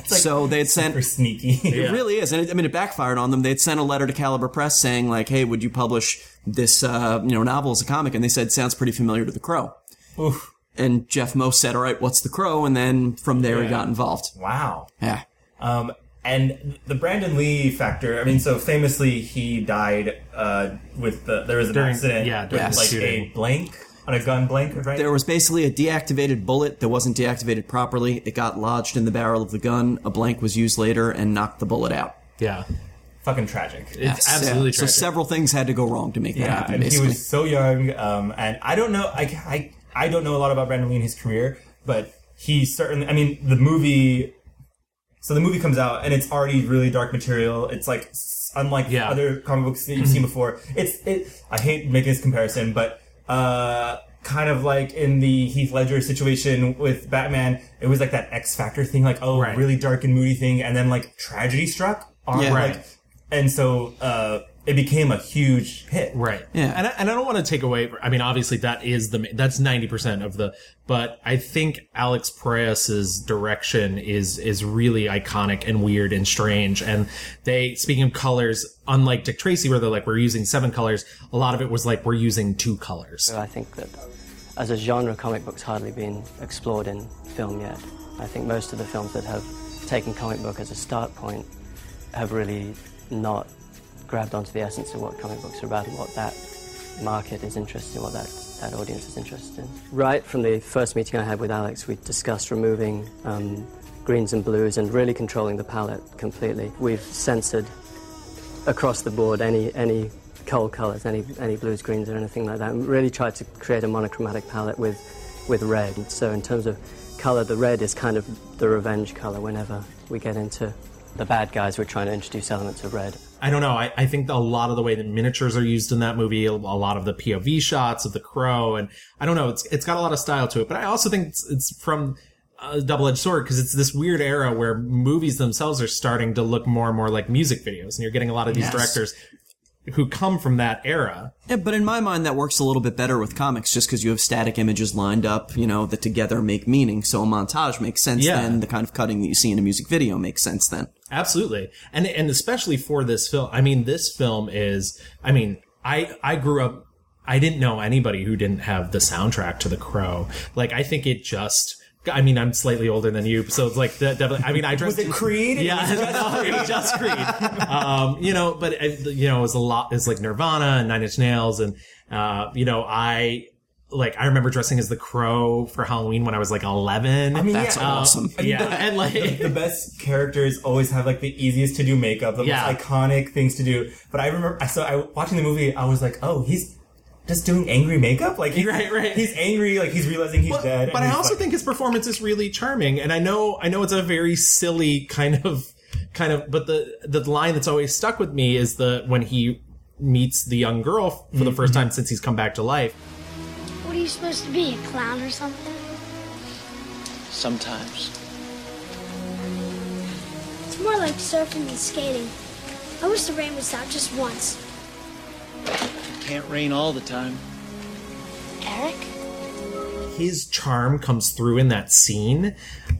so they had sent sneaky. It really is, and it, I mean, it backfired on them. They had sent a letter to Caliber Press saying like, "Hey, would you publish this, uh, you know, novel as a comic?" And they said, "Sounds pretty familiar to The Crow." Oof. And Jeff Moe said, "All right, what's The Crow?" And then from there, he Yeah. got involved. Wow. Yeah. Um, and the Brandon Lee factor. I mean, so famously he died uh, with the there was an During- accident. yeah, during with the like shooting. a blank on a gun blank, right? There was basically a deactivated bullet that wasn't deactivated properly. It got lodged in the barrel of the gun. A blank was used later and knocked the bullet out. Yeah. Fucking tragic. Yes, yeah. So several things had to go wrong to make that happen. and Basically, he was so young, um, and I don't know. I, I I don't know a lot about Brandon Lee and his career, but he certainly. I mean, the movie. So the movie comes out, and it's already really dark material. It's like s- unlike other comic books that Mm-hmm. you've seen before. It's it. I hate making this comparison, but uh, kind of like in the Heath Ledger situation with Batman, it was like that X Factor thing, like oh, really dark and moody thing, and then like tragedy struck. On, Yeah. like, Right. and so uh, it became a huge hit. Right. Yeah. And I, and I don't want to take away. I mean, obviously that is the ma- that's ninety percent of the. But I think Alex Proyas's direction is is really iconic and weird and strange. And they speaking of colors, unlike Dick Tracy, where they're like we're using seven colors, a lot of it was like we're using two colors. I think that as a genre, comic books hardly been explored in film yet. I think most of the films that have taken comic book as a start point have really not grabbed onto the essence of what comic books are about and what that market is interested in, what that, that audience is interested in. Right from the first meeting I had with Alex, we discussed removing um, greens and blues and really controlling the palette completely. We've censored across the board any any coal colours, any any blues, greens, or anything like that. And really tried to create a monochromatic palette with with red. And So in terms of colour, the red is kind of the revenge colour. Whenever we get into the bad guys, we're trying to introduce elements of red. I don't know. I, I think a lot of the way that miniatures are used in that movie, a lot of the POV shots of the crow, and I don't know. It's it's got a lot of style to it, but I also think it's, it's from a double edged sword because it's this weird era where movies themselves are starting to look more and more like music videos, and you're getting a lot of these Yes. directors who come from that era. Yeah, Eh, but in my mind, that works a little bit better with comics just because you have static images lined up, you know, that together make meaning. So a montage makes sense Yeah. then. The kind of cutting that you see in a music video makes sense then. Absolutely. And and especially for this film. I mean, this film is I mean, I I grew up I didn't know anybody who didn't have the soundtrack to The Crow. Like I think it just I mean, I'm slightly older than you, so it's like that definitely. I mean, I dressed. Was it Creed? It Yeah, was just no, it was Creed. just Creed. Um, you know, but I, you know, it was a lot. It's like Nirvana and Nine Inch Nails, and uh, you know, I like I remember dressing as the Crow for Halloween when I was like 11. I mean, Um, yeah. Yeah, the, and like the, the best characters always have like the easiest to do makeup, the Yeah. most iconic things to do. But I remember, I so I watching the movie, I was like, oh, he's just doing angry makeup, like he's, Right, right. He's angry, like he's realizing he's dead. But and I he's also like- think his performance is really charming, and I know I know it's a very silly kind of kind of. But the the line that's always stuck with me is the when he meets the young girl for the first time since he's come back to life. What are you supposed to be, a clown or something? Sometimes. It's more like surfing and skating. I wish the rain would stop just once. Can't rain all the time. Eric? His charm comes through in that scene.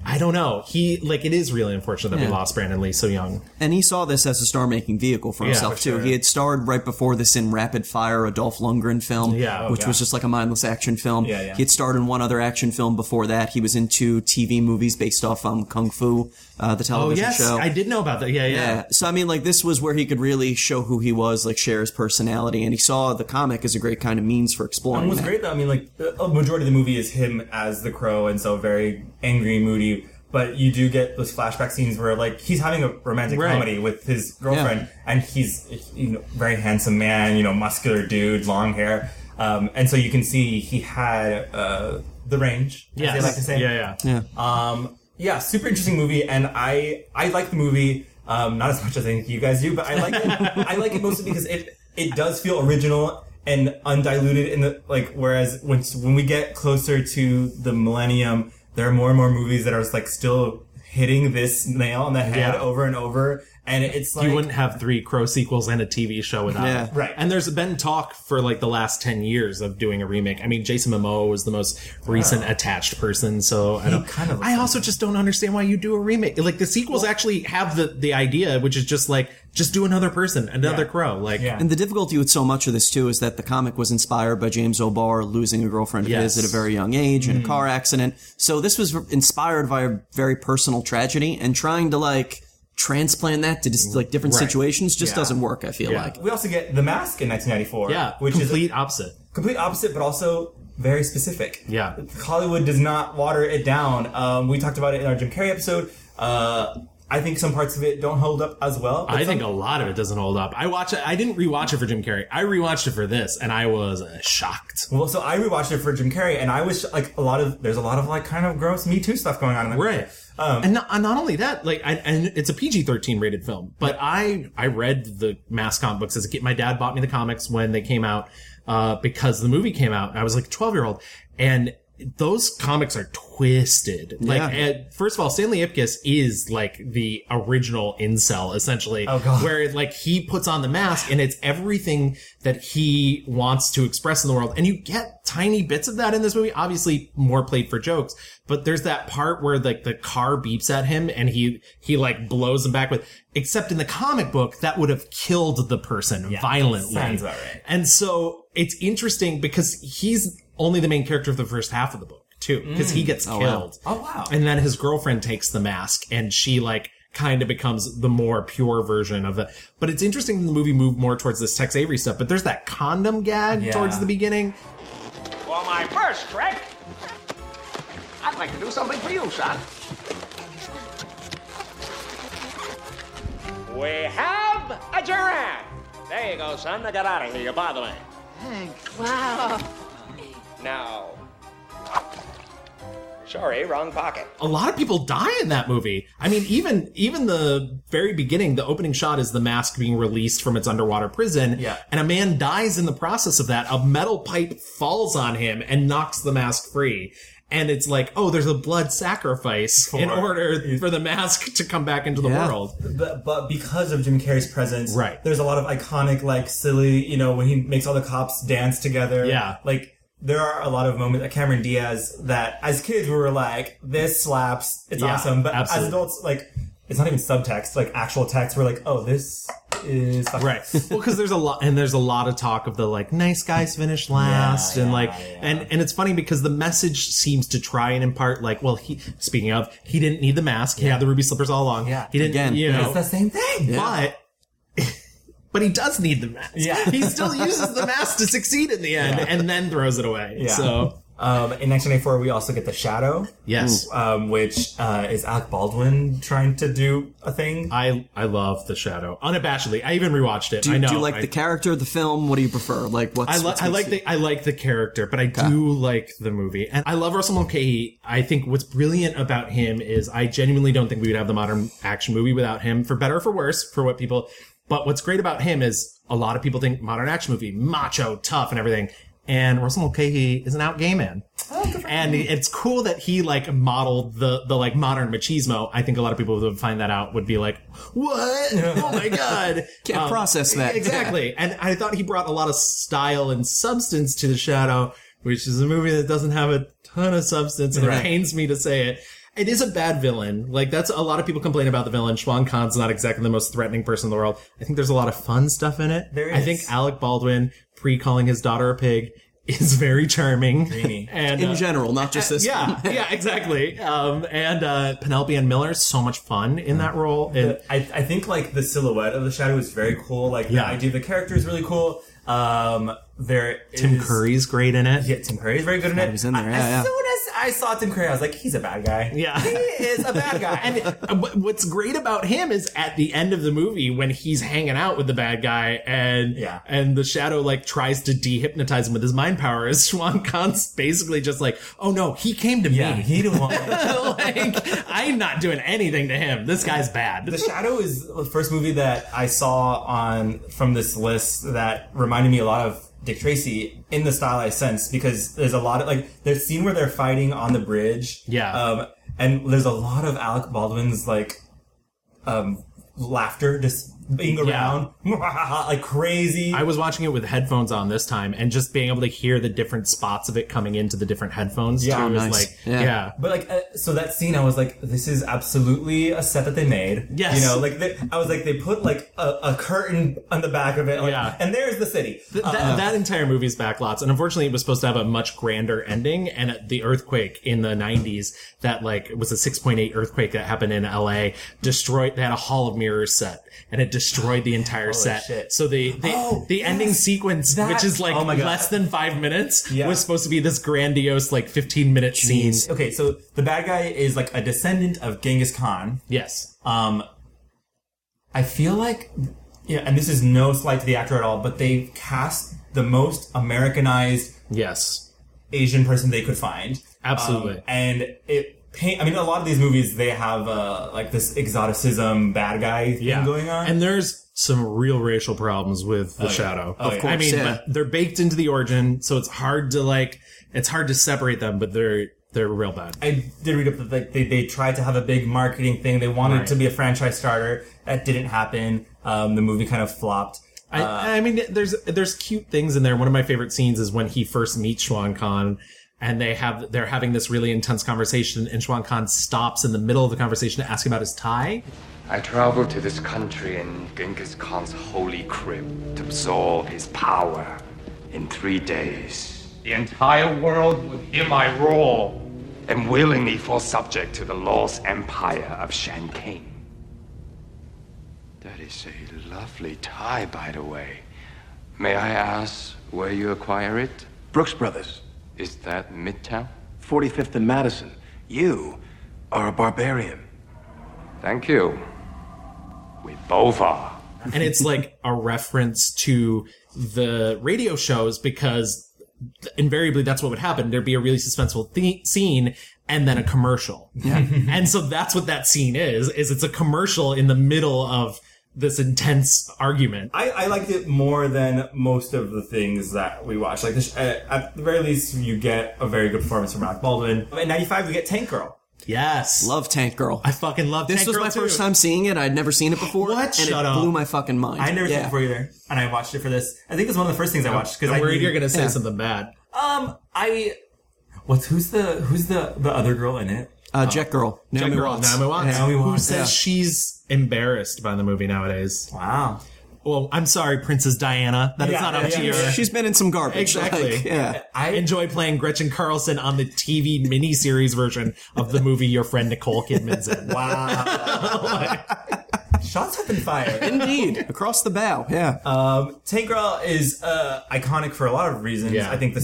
I don't know. He like it is really unfortunate that we Yeah. lost Brandon Lee so young. And he saw this as a star making vehicle for Yeah, himself, for too. sure. He had starred right before this in Rapid Fire, a Dolph Lundgren film, Yeah, oh, which was yeah. just like a mindless action film. Yeah, yeah. He had starred in one other action film before that. He was in two TV movies based off um, Kung Fu, uh, the Oh television yes, show. I did know about that. Yeah, yeah. Uh, So I mean, like this was where he could really show who he was, like share his personality, and he saw the comic as a great kind of means for exploring. And what's that. great though, I mean, like the- a majority of the movie is him as the crow, and so very angry, moody. But you do get those flashback scenes where like he's having a romantic Right. comedy with his girlfriend, and he's you know very handsome man, you know muscular dude, long hair, um, and so you can see he had uh, the range. as Yes. they like to say. Yeah, yeah. Yeah. Um, yeah, super interesting movie, and I I like the movie um, not as much as I think you guys do, but I like it. I like it mostly because it it does feel original and undiluted. In the like, whereas when when we get closer to the millennium, there are more and more movies that are just, like still hitting this nail on the head Yeah. over and over, and it's like you wouldn't have three Crow sequels and a TV show without Yeah. it. Right. And there's been talk for like the last 10 years of doing a remake. I mean, Jason Momoa was the most recent attached person, so I don't kind of I also just don't understand why you do a remake. Like the sequels actually have the the idea which is just like just do another person, another Crow, like And the difficulty with so much of this too is that the comic was inspired by James O'Barr losing a girlfriend of his Yes. at a very young age in a Mm. car accident. So this was inspired by a very personal tragedy and trying to like transplant that to just like different Right. situations just Yeah. doesn't work. I feel Yeah. like we also get The Mask in 1994. Yeah, which is complete opposite. Complete opposite, but also very specific. Yeah. Hollywood does not water it down. Um, we talked about it in our Jim Carrey episode. Uh, I think some parts of it don't hold up as well. but I some- think a lot of it doesn't hold up. I watch it. I didn't rewatch it for Jim Carrey. I rewatched it for this, and I was uh, shocked. Well, so I rewatched it for Jim Carrey, and I was like, a lot of there's a lot of like kind of gross Me Too stuff going on in that Right. and, not, and not only that, like, I, and it's a PG thirteen rated film. But I I read the mass comic books as a kid. My dad bought me the comics when they came out uh, because the movie came out. I was like twelve year old, and those comics are twisted. Like, Yeah. and- first of all, Stanley Ipkiss is like the original incel, essentially. Oh, God. Where like he puts on the mask and it's everything that he wants to express in the world. And you get tiny bits of that in this movie. Obviously more played for jokes, but there's that part where like the car beeps at him and he, he like blows him back with, except in the comic book, that would have killed the person violently. sounds about right. And so it's interesting because he's only the main character of the first half of the book too, because he Mm. gets Oh, wow. killed. Oh, wow. And then his girlfriend takes the mask and she like kind of becomes the more pure version of it. But it's interesting the movie moved more towards this Tex Avery stuff, but there's that condom gag Yeah. towards the beginning. For my first trek, I'd like to do something for you, son. We have a giraffe. There you go, son. Now get out of here. You're bothering me. Thanks. Wow. Now. Sorry, wrong pocket. A lot of people die in that movie. I mean, even even the very beginning, the opening shot is the mask being released from its underwater prison. Yeah. And a man dies in the process of that. A metal pipe falls on him and knocks the mask free. And it's like, oh, there's a blood sacrifice in For- order for the mask to come back into the world. But but because of Jim Carrey's presence, Right. There's a lot of iconic, like silly, you know, when he makes all the cops dance together. Yeah. like there are a lot of moments at Cameron Diaz that, as kids, we were like, "This slaps, it's Yeah, awesome." But absolutely. as adults, like, it's not even subtext, like actual text. We're like, "Oh, this is fucking-" right well because there's a lot and there's a lot of talk of the like nice guys finish last and like and and it's funny because the message seems to try and impart like well he speaking of he didn't need the mask he had the ruby slippers all along yeah he didn't Again. you know It's the same thing. Yeah. but but he does need the mask yeah he still uses the mask to succeed in the end and then throws it away Yeah. so Um, in 1984, we also get the Shadow. Yes. um, which uh, is Alec Baldwin trying to do a thing. I I love the Shadow unabashedly I even rewatched it Do, I know do you like I- the character, the film? What do you prefer? Like what's I, li- what's I makes like you- the I like the character, but I do like the movie, and I love Russell Mulcahy. I think what's brilliant about him is I genuinely don't think we would have the modern action movie without him, for better or for worse, for what people. But what's great about him is a lot of people think modern action movie macho, tough, and everything, and Russell Mulcahy is an out gay man Oh, and it's cool that he like modeled the the like modern machismo. I think a lot of people would find that out would be like, "What? Oh my god, Um, Can't process that. exactly." And I thought he brought a lot of style and substance to the shadow, which is a movie that doesn't have a ton of substance, and Right. it pains me to say it. It is a bad villain. Like that's a lot of people complain about the villain. Schwan Khan's not exactly the most threatening person in the world. I think there's a lot of fun stuff in it. There I is. think Alec Baldwin pre calling his daughter a pig is very charming Dreamy. and In uh, general, not just this yeah, one. yeah, exactly. Um, and uh, Penelope and Miller, so much fun in that role. And I, I think like the silhouette of the shadow is very cool. Like Yeah. the idea of the character is really cool. Um, there Tim is- Curry's great in it. Yeah, Tim Curry's very good in it. He's in there, yeah, as yeah. soon as I saw Tim Curry, I was like, he's a bad guy. Yeah. he is a bad guy. And uh, wh- what's great about him is at the end of the movie when he's hanging out with the bad guy and Yeah. and the shadow like tries to dehypnotize him with his mind powers. Swan Khan's basically just like, oh no, he came to me. He didn't want like I'm not doing anything to him. This guy's bad. The Shadow is the first movie that I saw on from this list that reminded me a lot of Dick Tracy in the style I sense because there's a lot of like there's scene where they're fighting on the bridge. Yeah. Um, and there's a lot of Alec Baldwin's like um laughter just being around like crazy. I was watching it with headphones on this time and just being able to hear the different spots of it coming into the different headphones too is like yeah. But like, uh, so that scene, I was like, this is absolutely a set that they made. Yes. You know, like they, I was like, they put like a, a curtain on the back of it. Like, yeah. And there's the city. Th- that, Uh, that entire movie's backlots, and unfortunately, it was supposed to have a much grander ending. And at the earthquake in the '90s, that like was a 6.8 earthquake that happened in LA, destroyed. They had a Hall of Mirrors set, and it destroyed the entire set. So the the, the ending sequence, Oh, That- which is like Oh my God. less than five minutes, was supposed to be this grandiose like fifteen minute scene. Okay, so the bad guy is like a descendant of Genghis Khan. Yes. Uh, Um, I feel like, yeah, and this is no slight to the actor at all, but they cast the most Americanized, yes, Asian person they could find. Absolutely. Um, and it. paint- I mean, a lot of these movies they have uh, like this exoticism bad guy thing Yeah. going on. And there's some real racial problems with the Oh, yeah. shadow. Oh, yeah. I mean, Yeah. but they're baked into the origin, so it's hard to like it's hard to separate them, but they're they're real bad. I did read up that like, they, they tried to have a big marketing thing. They wanted Right. to be a franchise starter. That didn't happen. Um, the movie kind of flopped. I, I mean, there's there's cute things in there. One of my favorite scenes is when he first meets Shuan Khan, and they have they're having this really intense conversation, and Shuan Khan stops in the middle of the conversation to ask him about his tie. I traveled to this country in Genghis Khan's holy crib to absorb his power. In three days, the entire world would hear my roar and willingly fall subject to the lost empire of Shan King. That is a lovely tie, by the way. May I ask where you acquire it? Brooks Brothers, Is that Midtown? 45th and Madison. You are a barbarian. Thank you. We both are. and it's like a reference to the radio shows because invariably that's what would happen. There'd be a really suspenseful th- scene and then a commercial. and so that's what that scene is, is it's a commercial in the middle of this intense argument. I, I liked it more than most of the things that we watched. Like, this, uh, at the very least, you get a very good performance from Alec Baldwin. In '95, we get Tank Girl. Yes. Love Tank Girl. I fucking love this Tank was Girl my too. first time seeing it. I'd never seen it before. What? And Shut it up. blew my fucking mind. I never seen it yeah. before either, and I watched it for this. I think it's one of the first things I watched because I worried needed- you're gonna say something bad. Um, I what's who's the who's the the other girl in it? Uh, Jet Girl. Jack Girl, Naomi Watts. Naomi Who Watts. says she's embarrassed by the movie nowadays. Wow. Well, I'm sorry, Princess Diana. That is Yeah, not up yeah, to your. yeah. She's been in some garbage, Exactly. like, yeah. I enjoy playing Gretchen Carlson on the TV miniseries version of the movie Your Friend Nicole Kidman's in. Wow. Shots have been fired. Indeed. Across the bow, yeah. Um, Tank Girl is uh, iconic for a lot of reasons. Yeah. I think the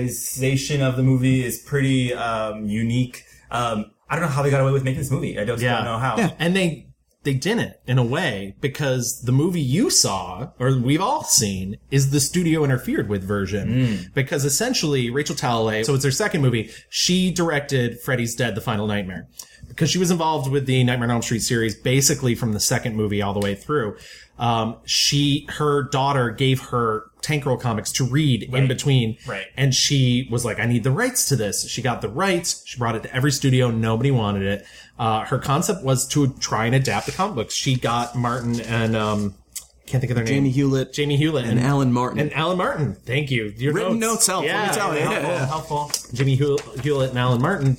stylization of the movie is pretty um, unique. Um, I don't know how they got away with making this movie. I just don't know how. And they they didn't in a way because the movie you saw or we've all seen is the studio interfered with version because essentially Rachel Talalay, so it's her second movie, she directed Freddy's Dead: The Final Nightmare because she was involved with the Nightmare on Elm Street series basically from the second movie all the way through. Um, she her daughter gave her Tank Girl comics to read in between Right. and she was like, I need the rights to this. She got the rights. She brought it to every studio. Nobody wanted it. Uh, her concept was to try and adapt the comic books. She got Martin and, um, can't think of their name. Jamie Hewlett. Jamie Hewlett. And Alan Martin. And Alan Martin. Thank you. Your Written notes help, let me tell you. helpful, Yeah. helpful. Jimmy Hew- Hewlett and Alan Martin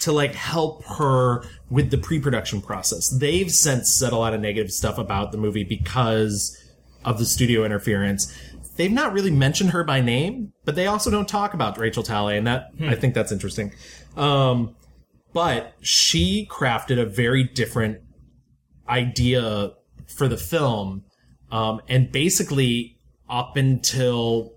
to like help her with the pre-production process. They've since said a lot of negative stuff about the movie because of the studio interference. They've not really mentioned her by name, but they also don't talk about Rachel Talley, and that Hmm. I think that's interesting. Um, but she crafted a very different idea for the film, um, and basically up until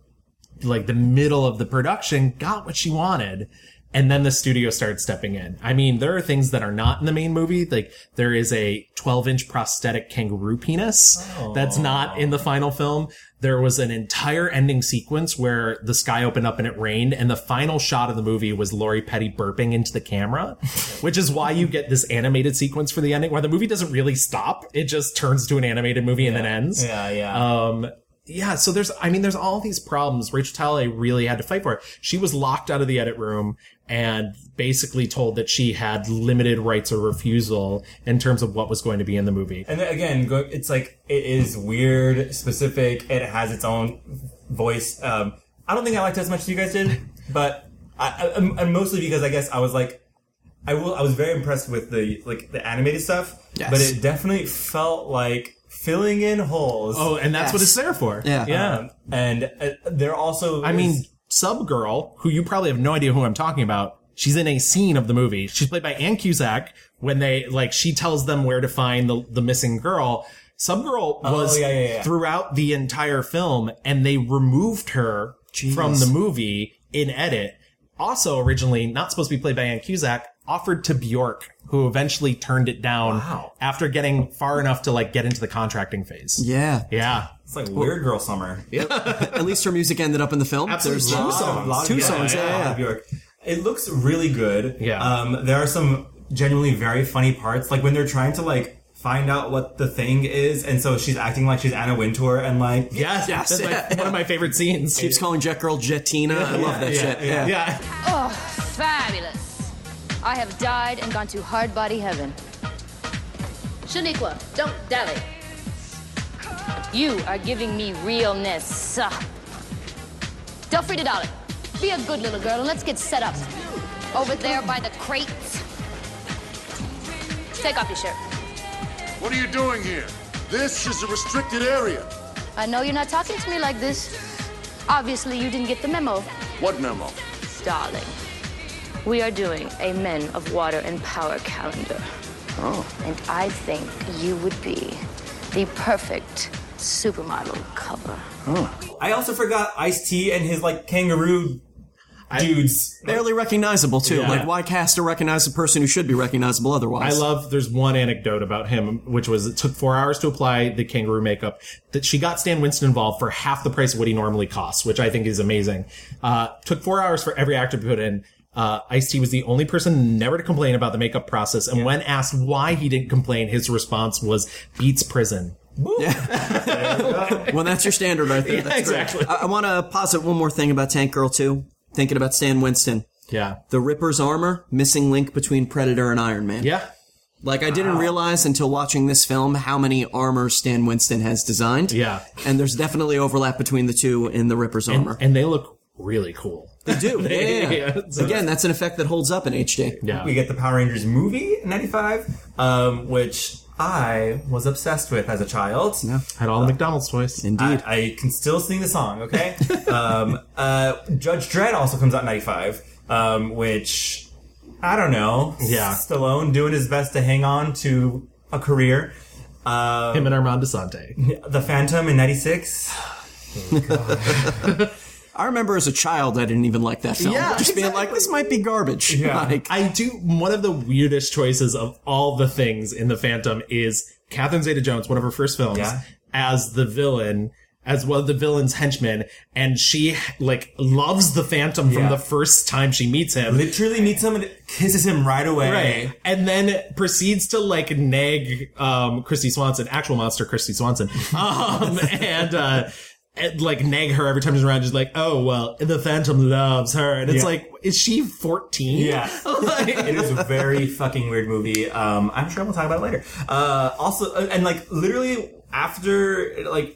like the middle of the production got what she wanted and then the studio started stepping in i mean there are things that are not in the main movie like there is a 12 inch prosthetic kangaroo penis that's not in the final film there was an entire ending sequence where the sky opened up and it rained and the final shot of the movie was lori petty burping into the camera which is why you get this animated sequence for the ending where the movie doesn't really stop it just turns to an animated movie and then ends Yeah, yeah. um, yeah, so there's, I mean, there's all these problems. Rachel Talley really had to fight for it. She was locked out of the edit room and basically told that she had limited rights of refusal in terms of what was going to be in the movie. And then again, go, it's like it is weird, specific. It has its own voice. Um, I don't think I liked it as much as you guys did, but I, I, and mostly because I guess I was like, I will. I was very impressed with the like the animated stuff, Yes. but it definitely felt like filling in holes. Oh, and that's what it's there for. Yeah. Um, and uh, there also, I mean, Sub Girl, who you probably have no idea who I'm talking about, she's in a scene of the movie. She's played by Ann Cusack when they like she tells them where to find the the missing girl. Subgirl Oh, was yeah, yeah, yeah. throughout the entire film, and they removed her from the movie in edit. Also, originally not supposed to be played by Ann Cusack, offered to Bjork, who eventually turned it down after getting far enough to like get into the contracting phase. Yeah. yeah. It's like Weird Girl Summer. At least her music ended up in the film. Absolutely. There's two songs. two songs. Yeah, yeah. It looks really good. Yeah. Um, there are some genuinely very funny parts, like when they're trying to like find out what the thing is, and so she's acting like she's Anna Wintour, and like yes, yes, that's my- one of my favorite scenes. Keeps calling Jet Girl Jetina. I love that yeah, shit. yeah. yeah. Oh, fabulous. I have died and gone to hard body heaven. Shaniqua, don't dally. You are giving me realness. Del Frida Dolly, be a good little girl and let's get set up. Over there by the crate. Take off your shirt. What are you doing here? This is a restricted area. I know you're not talking to me like this. Obviously, you didn't get the memo. What memo? Darling, we are doing a Men of Water and Power calendar. Oh. And I think you would be the perfect supermodel cover. I also forgot Ice T and his like kangaroo dudes. Barely recognizable too. Yeah. Like, why cast a recognizable person who should be recognizable otherwise? I love. There's one anecdote about him, which was it took four hours to apply the kangaroo makeup. That she got Stan Winston involved for half the price of what he normally costs, which I think is amazing. Uh, took four hours for every actor to put in. Uh, Ice T was the only person never to complain about the makeup process, and when asked why he didn't complain, his response was "beats prison." well, that's your standard right there. Yeah, That's great. exactly. I, I want to posit one more thing about Tank Girl too. Thinking about Stan Winston. Yeah. The Ripper's armor, missing link between Predator and Iron Man. Yeah. Like I didn't realize until watching this film how many armors Stan Winston has designed. Yeah. And there's definitely overlap between the two in the Ripper's And- armor. and they look really cool. They do. They- yeah, yeah, yeah. so- Again, that's an effect that holds up in HD. Yeah. We get the Power Rangers movie in '95, um, which I was obsessed with as a child. Yeah. Had all the McDonald's toys. Indeed. I, I can still sing the song, okay? um, uh, Judge Dredd also comes out in 95, um, which, I don't know. Yeah. Stallone doing his best to hang on to a career. Um, Him and Armand Desante. The Phantom in 96. I remember as a child, I didn't even like that film. Yeah, just being like, this might be garbage. Like, I do. One of the weirdest choices of all the things in The Phantom is Catherine Zeta Jones, one of her first films, Yeah. as the villain, as one of the villain's henchmen, and she, like, loves The Phantom from Yeah. the first time she meets him. Literally meets him and kisses him right away. Right. And then proceeds to like nag um Christy Swanson, actual monster Christy Swanson. Um and uh and, like nag her every time she's around, just like, oh well, the Phantom loves her, and it's Yeah. like, is she fourteen? Yeah. it is a very fucking weird movie. Um, I'm sure we'll talk about it later. Uh, also, uh, and like literally after like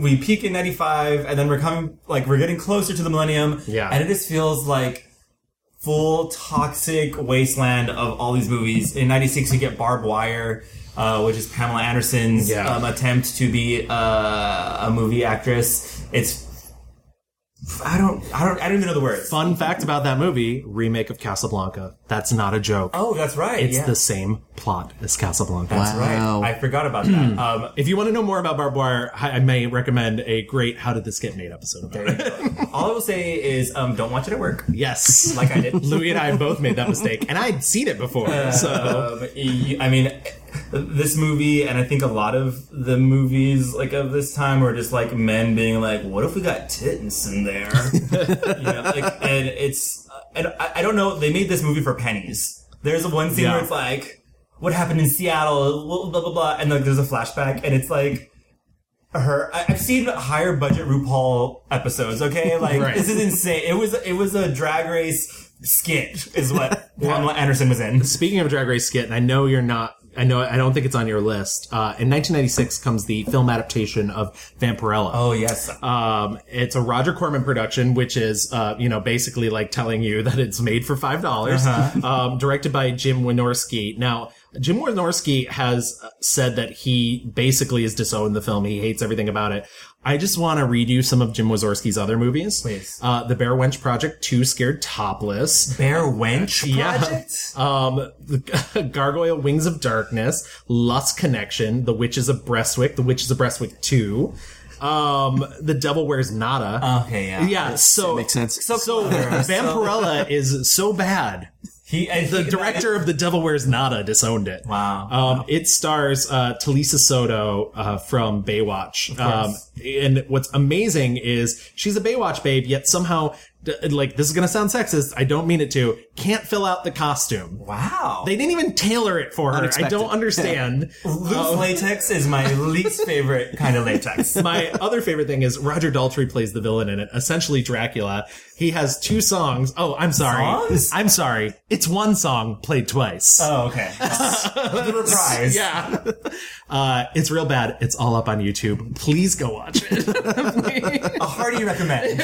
we peak in '95, and then we're coming like we're getting closer to the millennium. Yeah. and it just feels like full toxic wasteland of all these movies. In '96, we get Barbed Wire. Uh, which is Pamela Anderson's Yeah. um, attempt to be uh, a movie actress. It's I don't I don't I don't even know the words. Fun fact about that movie: remake of Casablanca. That's not a joke. Oh, that's right. It's yeah. the same plot as Casablanca. That's right. I forgot about that. um, if you want to know more about barbed wire, I I may recommend a great "How Did This Get Made" episode. About it. All I will say is, um, don't watch it at work. Yes, like I did. Louis and I both made that mistake, and I'd seen it before. so Um, y- I mean, this movie, and I think a lot of the movies like of this time were just like men being like, "What if we got titans in there?" you know, like, and it's uh, and I, I don't know. They made this movie for pennies. There's one scene Yeah. where it's like, "What happened in Seattle?" Blah blah blah, blah and like there's a flashback, and it's like. Her, I- I've seen higher budget RuPaul episodes. Okay, like Right. this is insane. It was it was a drag race skit, is what Pamela Anderson was in. Speaking of Drag Race skit, and I know you're not. I know I don't think it's on your list. Uh, in 1996 comes the film adaptation of Vampirella. Oh yes, um, it's a Roger Corman production, which is uh, you know basically like telling you that it's made for five dollars. Uh-huh. Um, directed by Jim Wynorski. Now Jim Wynorski has uh, said that he basically is disowned the film. He hates everything about it. I just want to read you some of Jim Wynorski's other movies. Please. Uh, the Bear Wench Project, Too Scared Topless. Bear Wench Yeah. Um, the Gargoyle Wings of Darkness, Lust Connection, The Witches of Brestwick, The Witches of Brestwick 2. Um, the Devil Wears Nada. Okay, Oh, yeah. Yeah, so. makes sense. So, Vampirella is so bad. He, the director of The Devil Wears Nada disowned it. Wow. Um, It stars uh, Talisa Soto uh, from Baywatch. Um, and what's amazing is she's a Baywatch babe, yet somehow, d- like, this is going to sound sexist. I don't mean it to. Can't fill out the costume. Wow. They didn't even tailor it for her. I Unexpected. don't understand. Loose Um, latex is my least favorite kind of latex. My other favorite thing is Roger Daltrey plays the villain in it, essentially Dracula. He has two songs. Oh, I'm sorry. Songs? I'm sorry. It's one song played twice. Oh, okay. the reprise. Yeah. Uh, it's real bad. It's all up on YouTube. Please go watch it. a hearty recommend.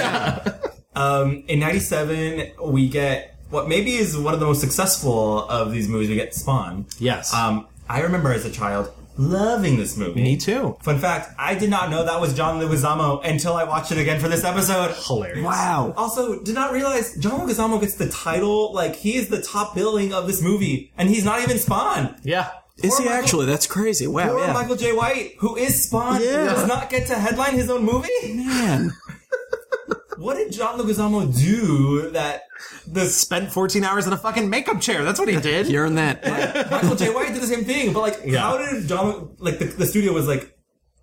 Um, in '97, we get what maybe is one of the most successful of these movies. We get Spawn. Yes. Um, I remember as a child loving this movie. Me too. Fun fact: I did not know that was John Leguizamo until I watched it again for this episode. Hilarious. Wow. Also, did not realize John Leguizamo gets the title. Like he is the top billing of this movie, and he's not even Spawn. Yeah. Is he actually? That's crazy. Wow. Poor Yeah. Michael J. White, who is Spawn, Yeah. does not get to headline his own movie. Man. What did John Leguizamo do that the spent 14 hours in a fucking makeup chair? That's what he did. You're in that. Michael J. White did the same thing, but like, Yeah. how did John like the, the studio was like,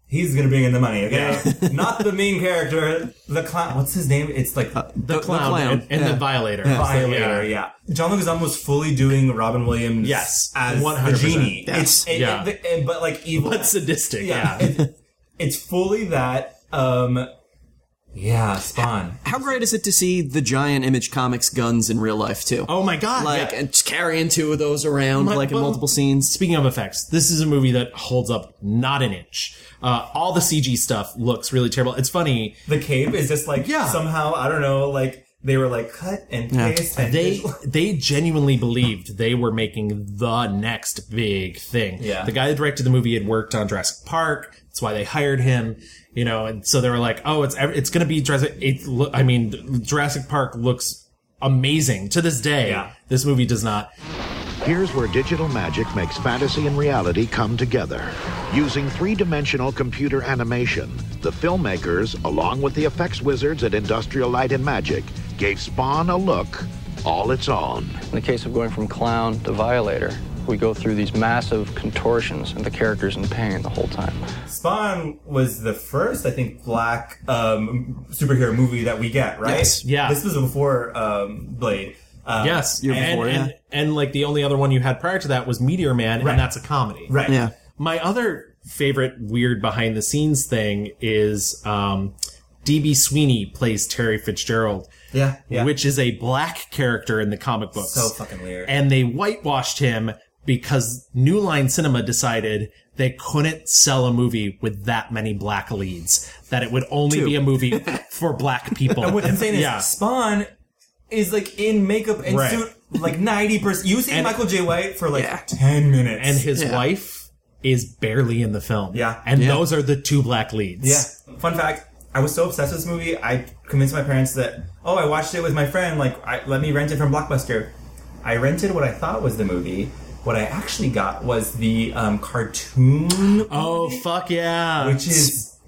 he's gonna bring in the money, okay? Not the main character, the clown. What's his name? It's like Uh, The, clown, and, and the violator. Violator, yeah. John Leguizamo was fully doing Robin Williams, Yes, as the 100%. genie. Yes. It's it, Yeah. it- and- but like evil, But sadistic. yeah. Yeah. it- it's fully that. Um, yeah, Spawn. How great is it to see the giant image comics guns in real life too? Oh my god. Like yeah. and just carrying two of those around, My- like in well, multiple scenes. Speaking of effects, this is a movie that holds up not an inch. Uh, all the CG stuff looks really terrible. It's funny. The cape is just like Yeah. somehow I don't know like. They were like cut and paste and They they genuinely believed they were making the next big thing. Yeah. The guy that directed the movie had worked on Jurassic Park. That's why they hired him. You know, and so they were like, "Oh, it's ev- it's going to be Jurassic." It, lo- I mean, Jurassic Park looks amazing to this day. Yeah. This movie does not. Here's where digital magic makes fantasy and reality come together. Using three dimensional computer animation, the filmmakers, along with the effects wizards at Industrial Light and Magic, gave Spawn a look all its own. In the case of going from clown to violator, we go through these massive contortions, and the character's in pain the whole time. Spawn was the first, I think, black um, superhero movie that we get, right? Yes. Yeah. This was before um, Blade. Um, yes. year and, before, yeah. and and like the only other one you had prior to that was Meteor Man, Right. and that's a comedy. Right. Yeah. My other favorite weird behind the scenes thing is um, DB Sweeney plays Terry Fitzgerald, Yeah. yeah. which is a black character in the comic books. so fucking weird. and they whitewashed him because New Line Cinema decided they couldn't sell a movie with that many black leads, that it would only Two. be a movie for black people. And what's insane is yeah. Spawn is like in makeup and Right. suit like 90%. You see And- Michael J. White for like 10 minutes. and his yeah. wife is barely in the film. Yeah. And Yeah. those are the two black leads. Yeah. Fun fact. I was so obsessed with this movie, I convinced my parents that, oh, I watched it with my friend, like, I, let me rent it from Blockbuster. I rented what I thought was the movie. What I actually got was the um, cartoon, Oh fuck yeah. which is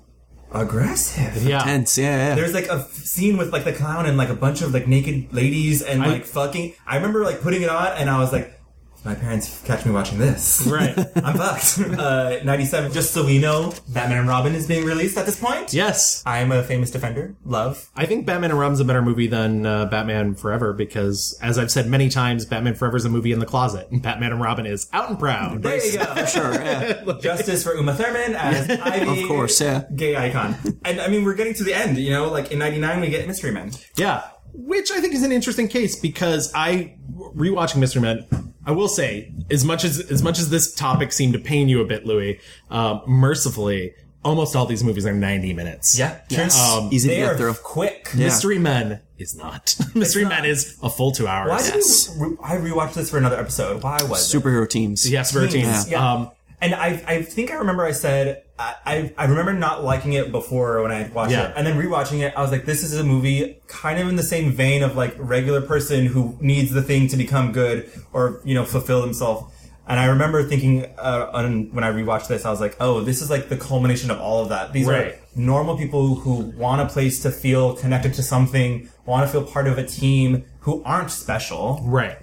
aggressive. yeah. Tense, yeah, yeah. There's like a f- scene with like the clown and like a bunch of like naked ladies and I- like fucking. I remember like putting it on and I was like, if my parents catch me watching this. Right. I'm fucked. Uh, 97. Just so we know, Batman and Robin is being released at this point. yes. I am a famous defender. Love. I think Batman and Robin's a better movie than uh, Batman Forever because, as I've said many times, Batman Forever is a movie in the closet, and Batman and Robin is out and proud. There you go. Sure, yeah. Justice for Uma Thurman as Ivy. Of course, yeah. Gay icon. And I mean, we're getting to the end, you know? Like in 99, we get Mystery Men. Yeah, which I think is an interesting case because I rewatching Mr. Men. I will say, as much as as much as this topic seemed to pain you a bit, Louis, um, mercifully, almost all these movies are 90 minutes. Yeah. Yes. Easy to They get are through. quick. Yeah. Mystery Men is not. Mystery Men is a full two hours. Why did we, re- I rewatched this for another episode? Why was it? Superhero teams. Yes, superhero teams. Yeah. Um, and I, I think I remember I said I, I, I remember not liking it before when I watched Yeah. it, and then rewatching it, I was like, this is a movie kind of in the same vein of like regular person who needs the thing to become good or you know fulfill himself. And I remember thinking uh, on, when I rewatched this, I was like, oh, this is like the culmination of all of that. These Right. are normal people who want a place to feel connected to something, want to feel part of a team, who aren't special, right?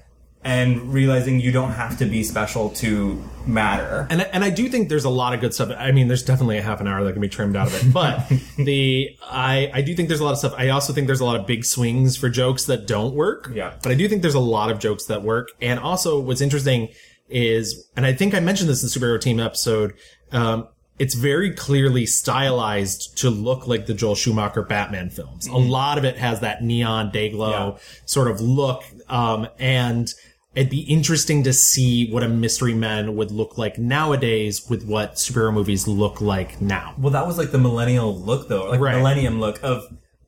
And realizing you don't have to be special to matter. And and I do think there's a lot of good stuff. I mean, there's definitely a half an hour that can be trimmed out of it, but the I I do think there's a lot of stuff. I also think there's a lot of big swings for jokes that don't work. Yeah, but I do think there's a lot of jokes that work. And also, what's interesting is, and I think I mentioned this in the superhero team episode. Um, it's very clearly stylized to look like the Joel Schumacher Batman films. A Mm-hmm. Mhm. lot of it has that neon day glow sort of look. Um, and it'd be interesting to see what a mystery man would look like nowadays with what superhero movies look like now. Well, that was like the millennial look, though, like Right. millennium look of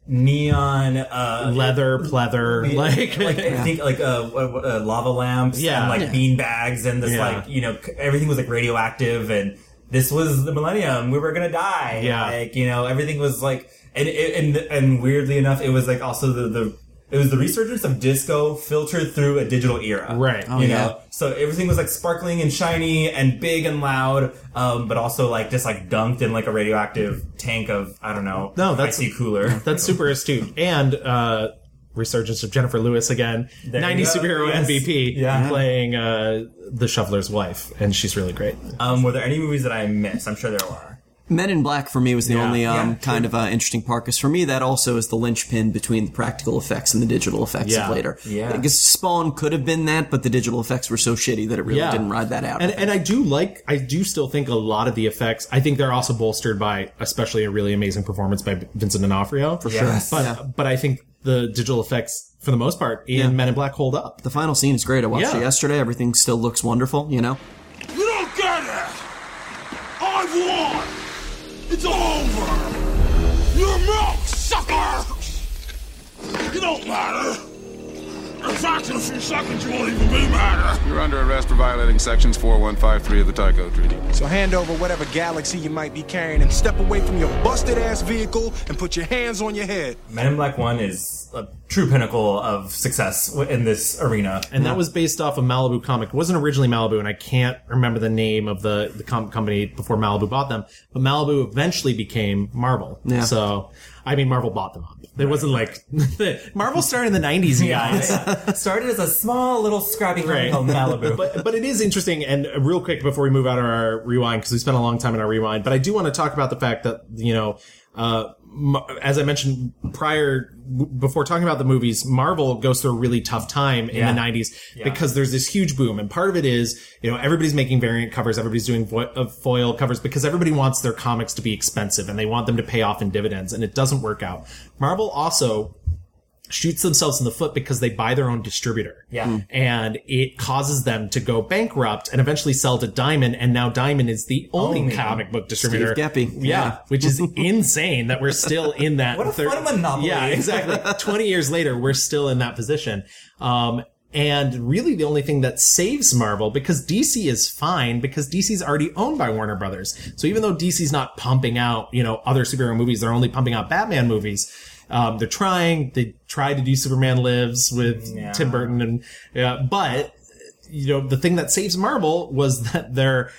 neon uh, leather, pleather, Yeah, like, I think like uh, what- what, uh, lava lamps, Yeah. and like Yeah. bean bags, and this Yeah. like you know c- everything was like radioactive, and this was the millennium. We were gonna die. Yeah. like you know everything was like, and and and weirdly enough, it was like also the the. It was the resurgence of disco filtered through a digital era, Right. Oh, you yeah. know, so everything was like sparkling and shiny and big and loud, um, but also like just like dunked in like a radioactive tank of I don't know. No, that's icy cooler. That's super astute. And uh, resurgence of Jennifer Lewis again, There ninety you go. superhero Yes. MVP, Yeah. playing uh, the shoveler's wife, and she's really great. Um, were there any movies that I missed? I'm sure there are. Men in Black for me was the Yeah. only um, Yeah. kind of uh, interesting part because for me that also is the linchpin between the practical effects and the digital effects Yeah. of later. Yeah. because Spawn could have been that, but the digital effects were so shitty that it really didn't ride that out. And, and I do like, I do still think a lot of the effects. I think they're also bolstered by, especially a really amazing performance by Vincent D'Onofrio for sure. Yes. But Yeah. but I think the digital effects, for the most part, in Yeah. Men in Black hold up. the final scene is great. I watched Yeah. it yesterday. Everything still looks wonderful. You know. You don't get it! I won! It's over! You're milk, sucker! You don't matter! In fact, in a few seconds, you won't even be matter! You're under arrest for violating sections 4153 of the Tyco Treaty. So hand over whatever galaxy you might be carrying and step away from your busted ass vehicle and put your hands on your head. Men in Black One is a true pinnacle of success w- in this arena, And that was based off of Malibu comic. It wasn't originally Malibu, and I can't remember the name of the, the comic company before Malibu bought them. But Malibu eventually became Marvel. Yeah. So, I mean, Marvel bought them up. It wasn't like Marvel started in the '90s, you guys. started as a small little scrappy company Right. called Malibu. but but it is interesting. And real quick before we move out on our rewind, because we spent a long time in our rewind, but I do want to talk about the fact that you know, uh, m- as I mentioned prior, w- before talking about the movies, Marvel goes through a really tough time in Yeah. the '90s Yeah. because there's this huge boom, and part of it is you know everybody's making variant covers, everybody's doing vo- uh, foil covers because everybody wants their comics to be expensive and they want them to pay off in dividends, and it doesn't work out. Marvel also shoots themselves in the foot because they buy their own distributor. Yeah. Mm. And it causes them to go bankrupt and eventually sell to Diamond. And now Diamond is the only Only. comic book Steve distributor. Geppy. Yeah. Yeah. Which is insane that we're still in that. What a thir- fun monopoly. Yeah, exactly. 20 years later, we're still in that position. Um, and really the only thing that saves Marvel because DC is fine because DC's already owned by Warner Brothers. So even though DC's not pumping out, you know, other superhero movies, they're only pumping out Batman movies. Um, they're trying, they tried to do Superman Lives with Yeah. Tim Burton and, yeah, but you know, the thing that saves Marvel was that their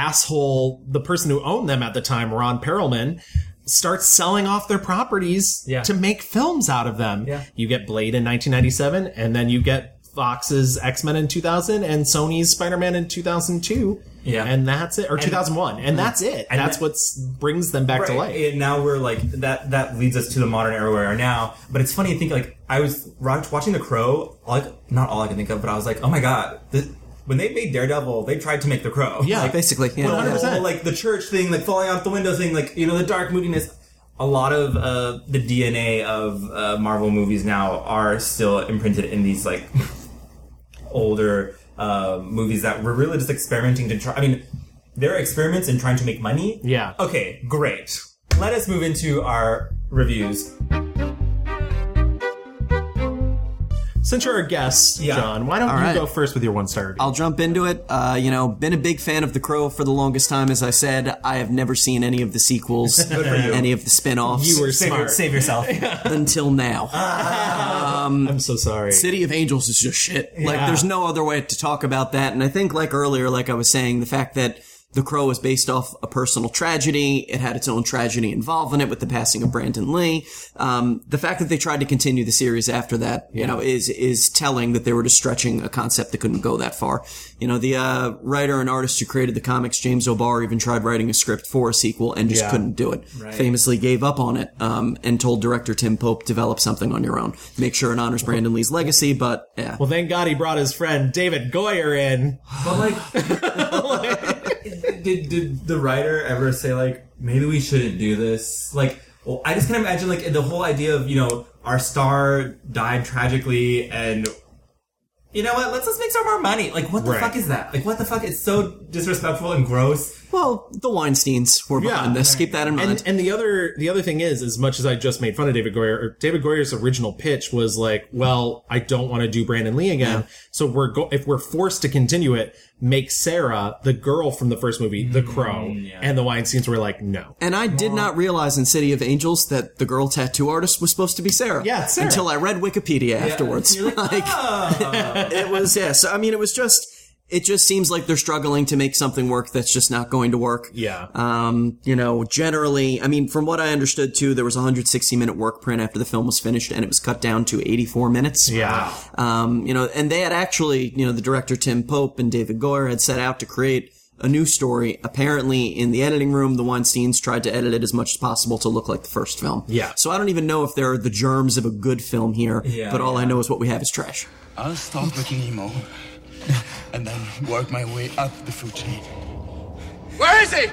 asshole, the person who owned them at the time, Ron Perelman, starts selling off their properties to make films out of them. Yeah. You get Blade in 1997, and then you get Fox's X Men in 2000, and Sony's Spider Man in 2002. Yeah. And that's it. Or And- Mm-hmm. 2001. And that's it. And that's that- what brings them back to Right, life. And now we're like that. That leads us to the modern era where we are now. But it's funny to think like I was ro- watching The Crow. Like not all I can think of, but I was like, oh my god. This, when they made Daredevil, they tried to make The Crow. Yeah, like, basically, yeah. the whole, 100%. like the church thing, like falling out the window thing, like you know the dark moodiness. A lot of uh, the DNA of uh, Marvel movies now are still imprinted in these like older uh, movies that were really just experimenting to try. I mean, their experiments in trying to make money. Yeah. Okay, great. Let us move into our reviews. Since you're our guest, John, why don't All you right. go first with your one star I'll jump into it. Uh, you know, been a big fan of The Crow for the longest time. As I said, I have never seen any of the sequels, Good for you. any of the spin-offs. You were Save your- smart. Ah. save yourself. Until now. um, I'm so sorry. City of Angels is just shit. Like, Yeah. there's no other way to talk about that. And I think, like earlier, like I was saying, the fact that The Crow is based off a personal tragedy. It had its own tragedy involved in it with the passing of Brandon Lee. Um, the fact that they tried to continue the series after that, you Yeah. know, is is telling that they were just stretching a concept that couldn't go that far. You know, the uh, writer and artist who created the comics, James O'Barr, even tried writing a script for a sequel and just Yeah. couldn't do it. Right. Famously gave up on it um, and told director Tim Pope, develop something on your own. Make sure it honors Brandon Lee's legacy, but yeah. Well, thank God he brought his friend David Goyer in. But like, did did the writer ever say like maybe we shouldn't do this? Like, well, I just can imagine like the whole idea of you know our star died tragically and. You know what? Let's just make some more money. Like, what the Right. fuck is that? Like, what the fuck? It's so disrespectful and gross. Well, the Weinsteins were behind this. Keep that in mind. And, and the other the other thing is, as much as I just made fun of David Goyer, or David Goyer's original pitch was like, "Well, I don't want to do Brandon Lee again, so we're go- if we're forced to continue it, make Sarah the girl from the first movie, the Crow, and the Weinstein's were like, no, And I did not realize in City of Angels that the girl tattoo artist was supposed to be Sarah. Yeah, Sarah. Until I read Wikipedia afterwards. You're like, "Ah." Like, it was yeah. So I mean, it was just it just seems like they're struggling to make something work that's just not going to work. yeah, Um, you know, generally, I mean, from what I understood too, there was a 160 minute work print after the film was finished, and it was cut down to 84 minutes. Yeah. Um, you know, and they had actually, you know, the director Tim Pope and David Goyer had set out to create a new story. Apparently, in the editing room, the Weinstein's tried to edit it as much as possible to look like the first film. Yeah. So I don't even know if there are the germs of a good film here, Yeah, but all I yeah. know is what we have is trash. I'll start with Nemo and then work my way up the food chain. Where is he?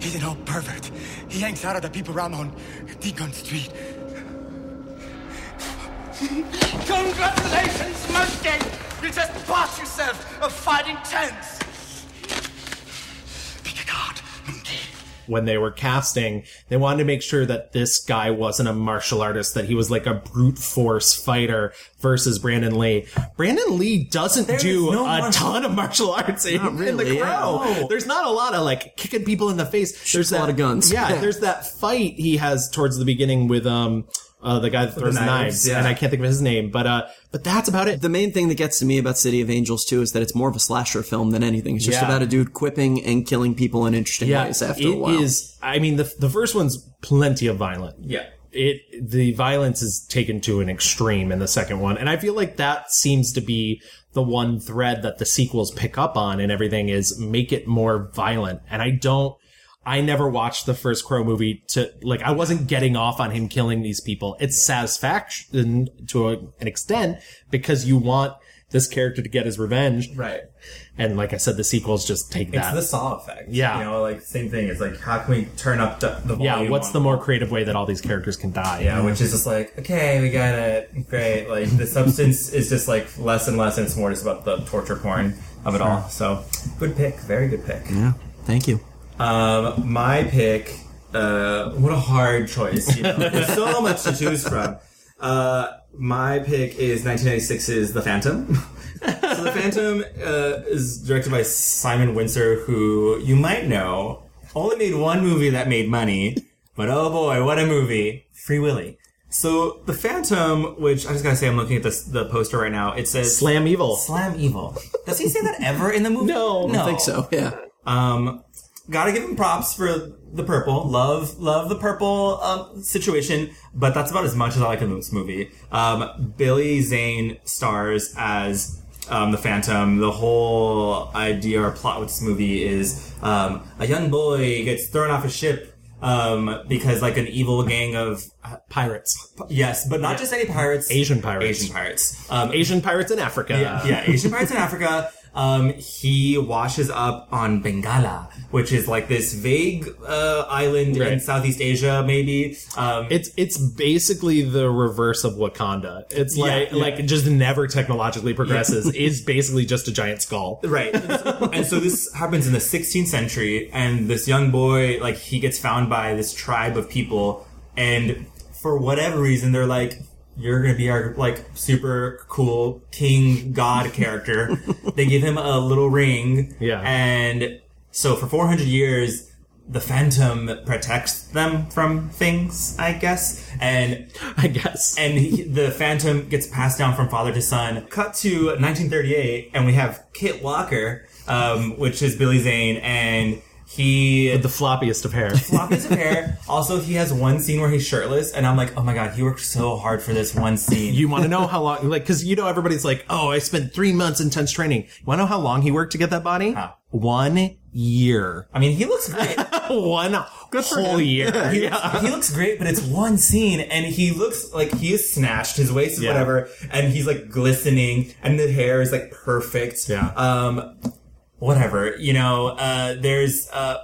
He's an old pervert. He hangs out at the people around on Deacon Street. Congratulations, Mustang! You just bought yourself a fighting chance! when they were casting, they wanted to make sure that this guy wasn't a martial artist, that he was like a brute force fighter versus Brandon Lee. Brandon Lee doesn't do no a martial- ton of martial arts in, Not in really, the crow. yeah. No. There's not a lot of like kicking people in the face. there's a that, lot of guns. Yeah, there's that fight he has towards the beginning with um uh, the guy that With throws the knives, knives, yeah. and I can't think of his name, but uh but that's about it. The main thing that gets to me about City of Angels too is that it's more of a slasher film than anything. It's just Yeah. about a dude quipping and killing people in interesting ways after it a while. is- I mean, the the first one's plenty of violent. Yeah. It the violence is taken to an extreme in the second one, and I feel like that seems to be the one thread that the sequels pick up on, and everything is make it more violent. And I don't. I never watched the first Crow movie to like I wasn't getting off on him killing these people. It's satisfaction to a, an extent because you want this character to get his revenge, right? And like I said, the sequels just take It's that. the Saw effect. Uh, Yeah. You know, like same thing. It's like how can we turn up the, the volume? yeah, what's on- the more creative way that all these characters can die? Yeah, which is just like, okay, we got it. Great. Like, the substance is just like less and less, and it's more just about the torture porn of it all. So, good pick. Very good pick. Yeah. Thank you. Um, my pick, uh, what a hard choice. You know? There's so much to choose from. Uh, my pick is 1996's The Phantom. so The Phantom uh, is directed by Simon Windsor, who you might know only made one movie that made money, but oh boy, what a movie! Free Willy. So The Phantom, which I just gotta say, I'm looking at this, the poster right now. It says Slam Evil. Slam Evil. Does he say that ever in the movie? No, I think so. Yeah. Um, gotta give him props for the purple. Love, love the purple um, situation. But that's about as much as I like in this movie. Um, Billy Zane stars as um, the Phantom. The whole idea or plot with this movie is um, a young boy gets thrown off a ship. Um, because like an evil gang of uh, pirates, yes, but not Yeah. just any pirates, Asian pirates, Asian pirates, um, Asian pirates in Africa. yeah, yeah, Asian pirates in Africa um, he washes up on Bengala, which is like this vague uh, island in Right. Southeast Asia, maybe. Um, it's it's basically the reverse of Wakanda. It's Yeah, like yeah. like it just never technologically progresses. It's basically just a giant skull. Right. and so this happens in the 16th century, and this young boy, like, he gets found by this tribe of people, and for whatever reason, they're like, you're gonna be our, like, super cool king god character. they give him a little ring. Yeah. And so for 400 years, the phantom protects them from things, I guess. And I guess. And he, the phantom gets passed down from father to son. Cut to 1938, and we have Kit Walker, um, which is Billy Zane, and he With the floppiest of hair. floppiest of hair. Also, he has one scene where he's shirtless, and I'm like, oh my god, he worked so hard for this one scene. You want to know how long? Like, because you know everybody's like, "Oh, I spent three months intense training." You want to know how long he worked to get that body? One year. I mean, he looks great. one whole year. He, Yeah. he looks great, but it's one scene, and he looks like he is snatched. His waist is Yeah. whatever, and he's like glistening, and the hair is like perfect. Yeah. Um, whatever. You know, uh, there's uh,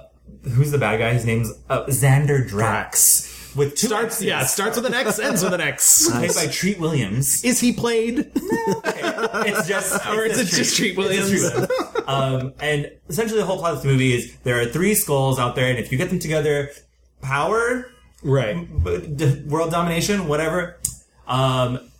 who's the bad guy? His name's uh, Xander Drax. With two starts, yeah, it starts with an X, ends with an X. Played Nice. by Treat Williams. Is he played? It's just, Or is it just Treat Williams? um, and essentially, the whole plot of the movie is there are three skulls out there, and if you get them together, power, right, world domination, whatever. Um,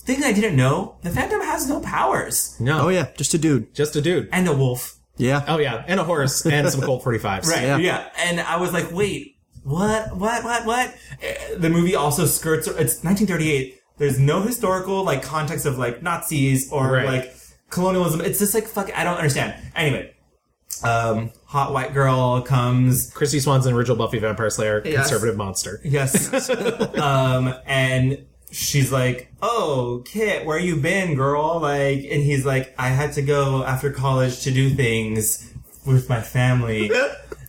thing I didn't know: the Phantom has no powers. No. Oh yeah, just a dude. Just a dude. And a wolf. Yeah. Oh yeah, and a horse and some Colt 45s. Right. Yeah. And I was like, wait, what? What? What? What? Eh, The movie also skirts. It's 1938. There's no historical like context of like Nazis or Right. like colonialism. It's just like fuck. I don't understand. Anyway, um, hot white girl comes. Christy Swanson, original Buffy Vampire Slayer, Yes. conservative monster. Yes. um, and she's like, "Oh, Kit, where you been, girl?" Like, and he's like, "I had to go after college to do things with my family."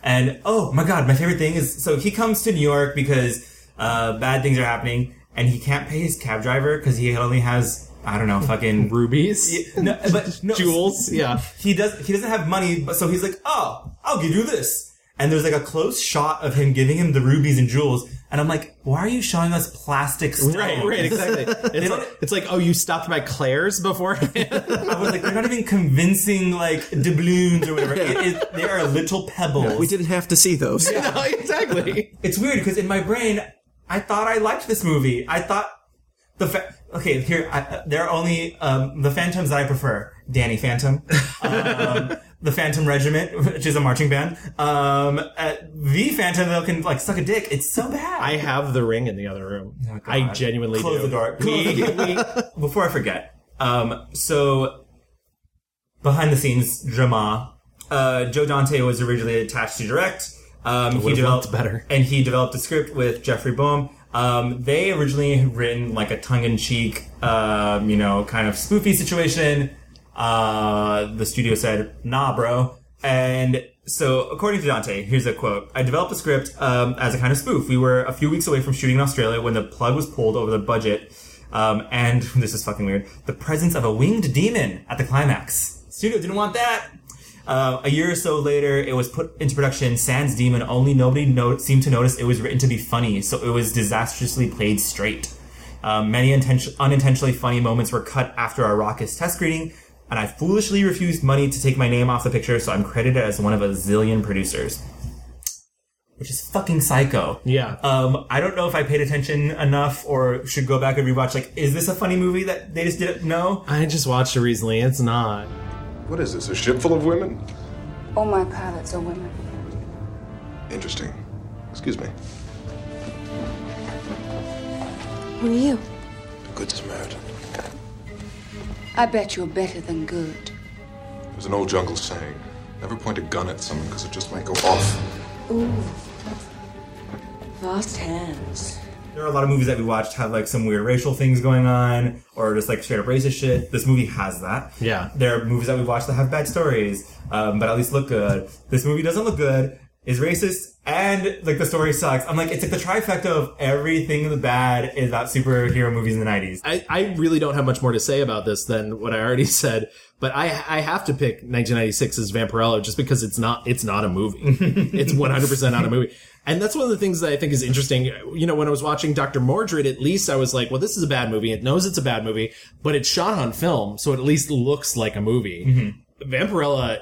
and oh my god, my favorite thing is so he comes to New York because uh, bad things are happening, and he can't pay his cab driver because he only has. I don't know, fucking rubies, no, but no, jewels. Yeah, he does. He doesn't have money, but so he's like, "Oh, I'll give you this." And there's like a close shot of him giving him the rubies and jewels, and I'm like, "Why are you showing us plastic stones?" Right, right, exactly. It's like, it's like, oh, you stopped by Claire's before? I was like, they're not even convincing like doubloons or whatever. It, it- they are little pebbles. We didn't have to see those. No, exactly. It's weird because in my brain, I thought I liked this movie. I thought the fa- okay here I, uh, there are only um, the Phantoms that I prefer: Danny Phantom, um, the Phantom Regiment, which is a marching band, um, uh, the Phantom that can like suck a dick. It's so bad. I have the ring in the other room. I genuinely Oh, Close do. the door. We- Close the door. Before I forget, um, so behind the scenes drama, uh, Joe Dante was originally attached to direct. Um, he Would've developed looked better. and he developed a script with Jeffrey Boehm. Um, they originally had written like a tongue-in-cheek, um, you know, kind of spoofy situation. Uh, the studio said, "Nah, bro." And so, according to Dante, here's a quote: "I developed a script um, as a kind of spoof. We were a few weeks away from shooting in Australia when the plug was pulled over the budget, um, and this is fucking weird. The presence of a winged demon at the climax. Studio didn't want that. Uh, a year or so later, it was put into production. Sans Demon only nobody no- seemed to notice it was written to be funny, so it was disastrously played straight. Um, many inten- unintentionally funny moments were cut after our raucous test screening, and I foolishly refused money to take my name off the picture, so I'm credited as one of a zillion producers. Which is fucking psycho. Yeah. Um, I don't know if I paid attention enough or should go back and rewatch. Like, is this a funny movie that they just didn't know? I just watched it recently. It's not. What is this, a ship full of women? All my pilots are women. Interesting. Excuse me. Who are you? Good is married. I bet you're better than good. There's an old jungle saying never point a gun at someone because it just might go off. Ooh. Fast hands. There are a lot of movies that we watched have like some weird racial things going on, or just like straight up racist shit. This movie has that. Yeah. There are movies that we watched that have bad stories, um, but at least look good. This movie doesn't look good. is racist and like the story sucks. I'm like, it's like the trifecta of everything the bad is about superhero movies in the 90s. I, I really don't have much more to say about this than what I already said, but I I have to pick 1996's Vampirello just because it's not it's not a movie. it's 100% not a movie. And that's one of the things that I think is interesting. You know, when I was watching Dr. Mordred, at least I was like, well, this is a bad movie. It knows it's a bad movie, but it's shot on film, so it at least looks like a movie. Vampirella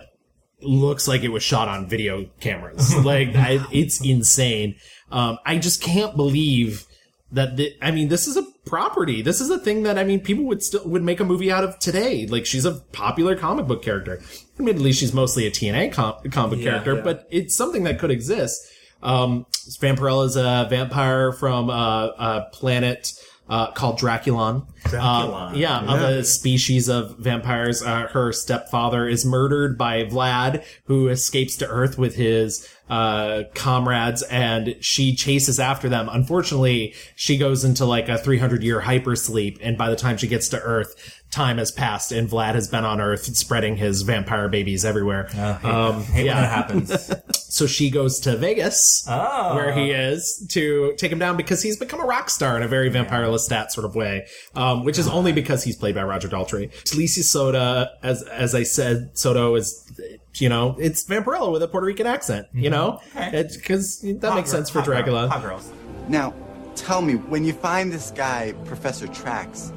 looks like it was shot on video cameras. like I, it's insane. Um, I just can't believe that. The, I mean, this is a property. This is a thing that I mean, people would still would make a movie out of today. Like she's a popular comic book character. Admittedly, she's mostly a TNA com- comic book Yeah, character, yeah. but it's something that could exist. Um, Vampirella is a vampire from uh, a planet. Uh, called Draculon. Draculon. Uh, yeah, of Yeah. a species of vampires. Uh, her stepfather is murdered by Vlad, who escapes to Earth with his uh, comrades, and she chases after them. Unfortunately, she goes into like a 300 year hypersleep, and by the time she gets to Earth, time has passed, and Vlad has been on Earth spreading his vampire babies everywhere. Um, hate- hate when that happens. so she goes to Vegas, where he is, to take him down because he's become a rock star in a very vampire lestat sort of way, um, which is only because he's played by Roger Daltrey. Talisi Soda, as as I said, Soto is, you know, it's Vampirella with a Puerto Rican accent, you know, because that Hot makes girl- sense for hot girl- Dracula. hot girls. Now, tell me, when you find this guy, Professor Trax,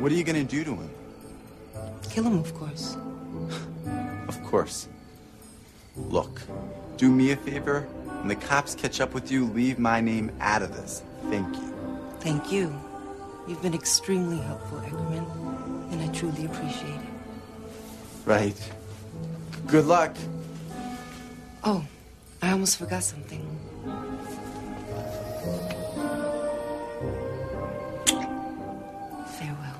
what are you gonna do to him? Kill him, of course. Of course. Look, do me a favor. When the cops catch up with you, leave my name out of this. Thank you. Thank you. You've been extremely helpful, Eckerman, and I truly appreciate it. Right. Good luck. Oh, I almost forgot something. Farewell.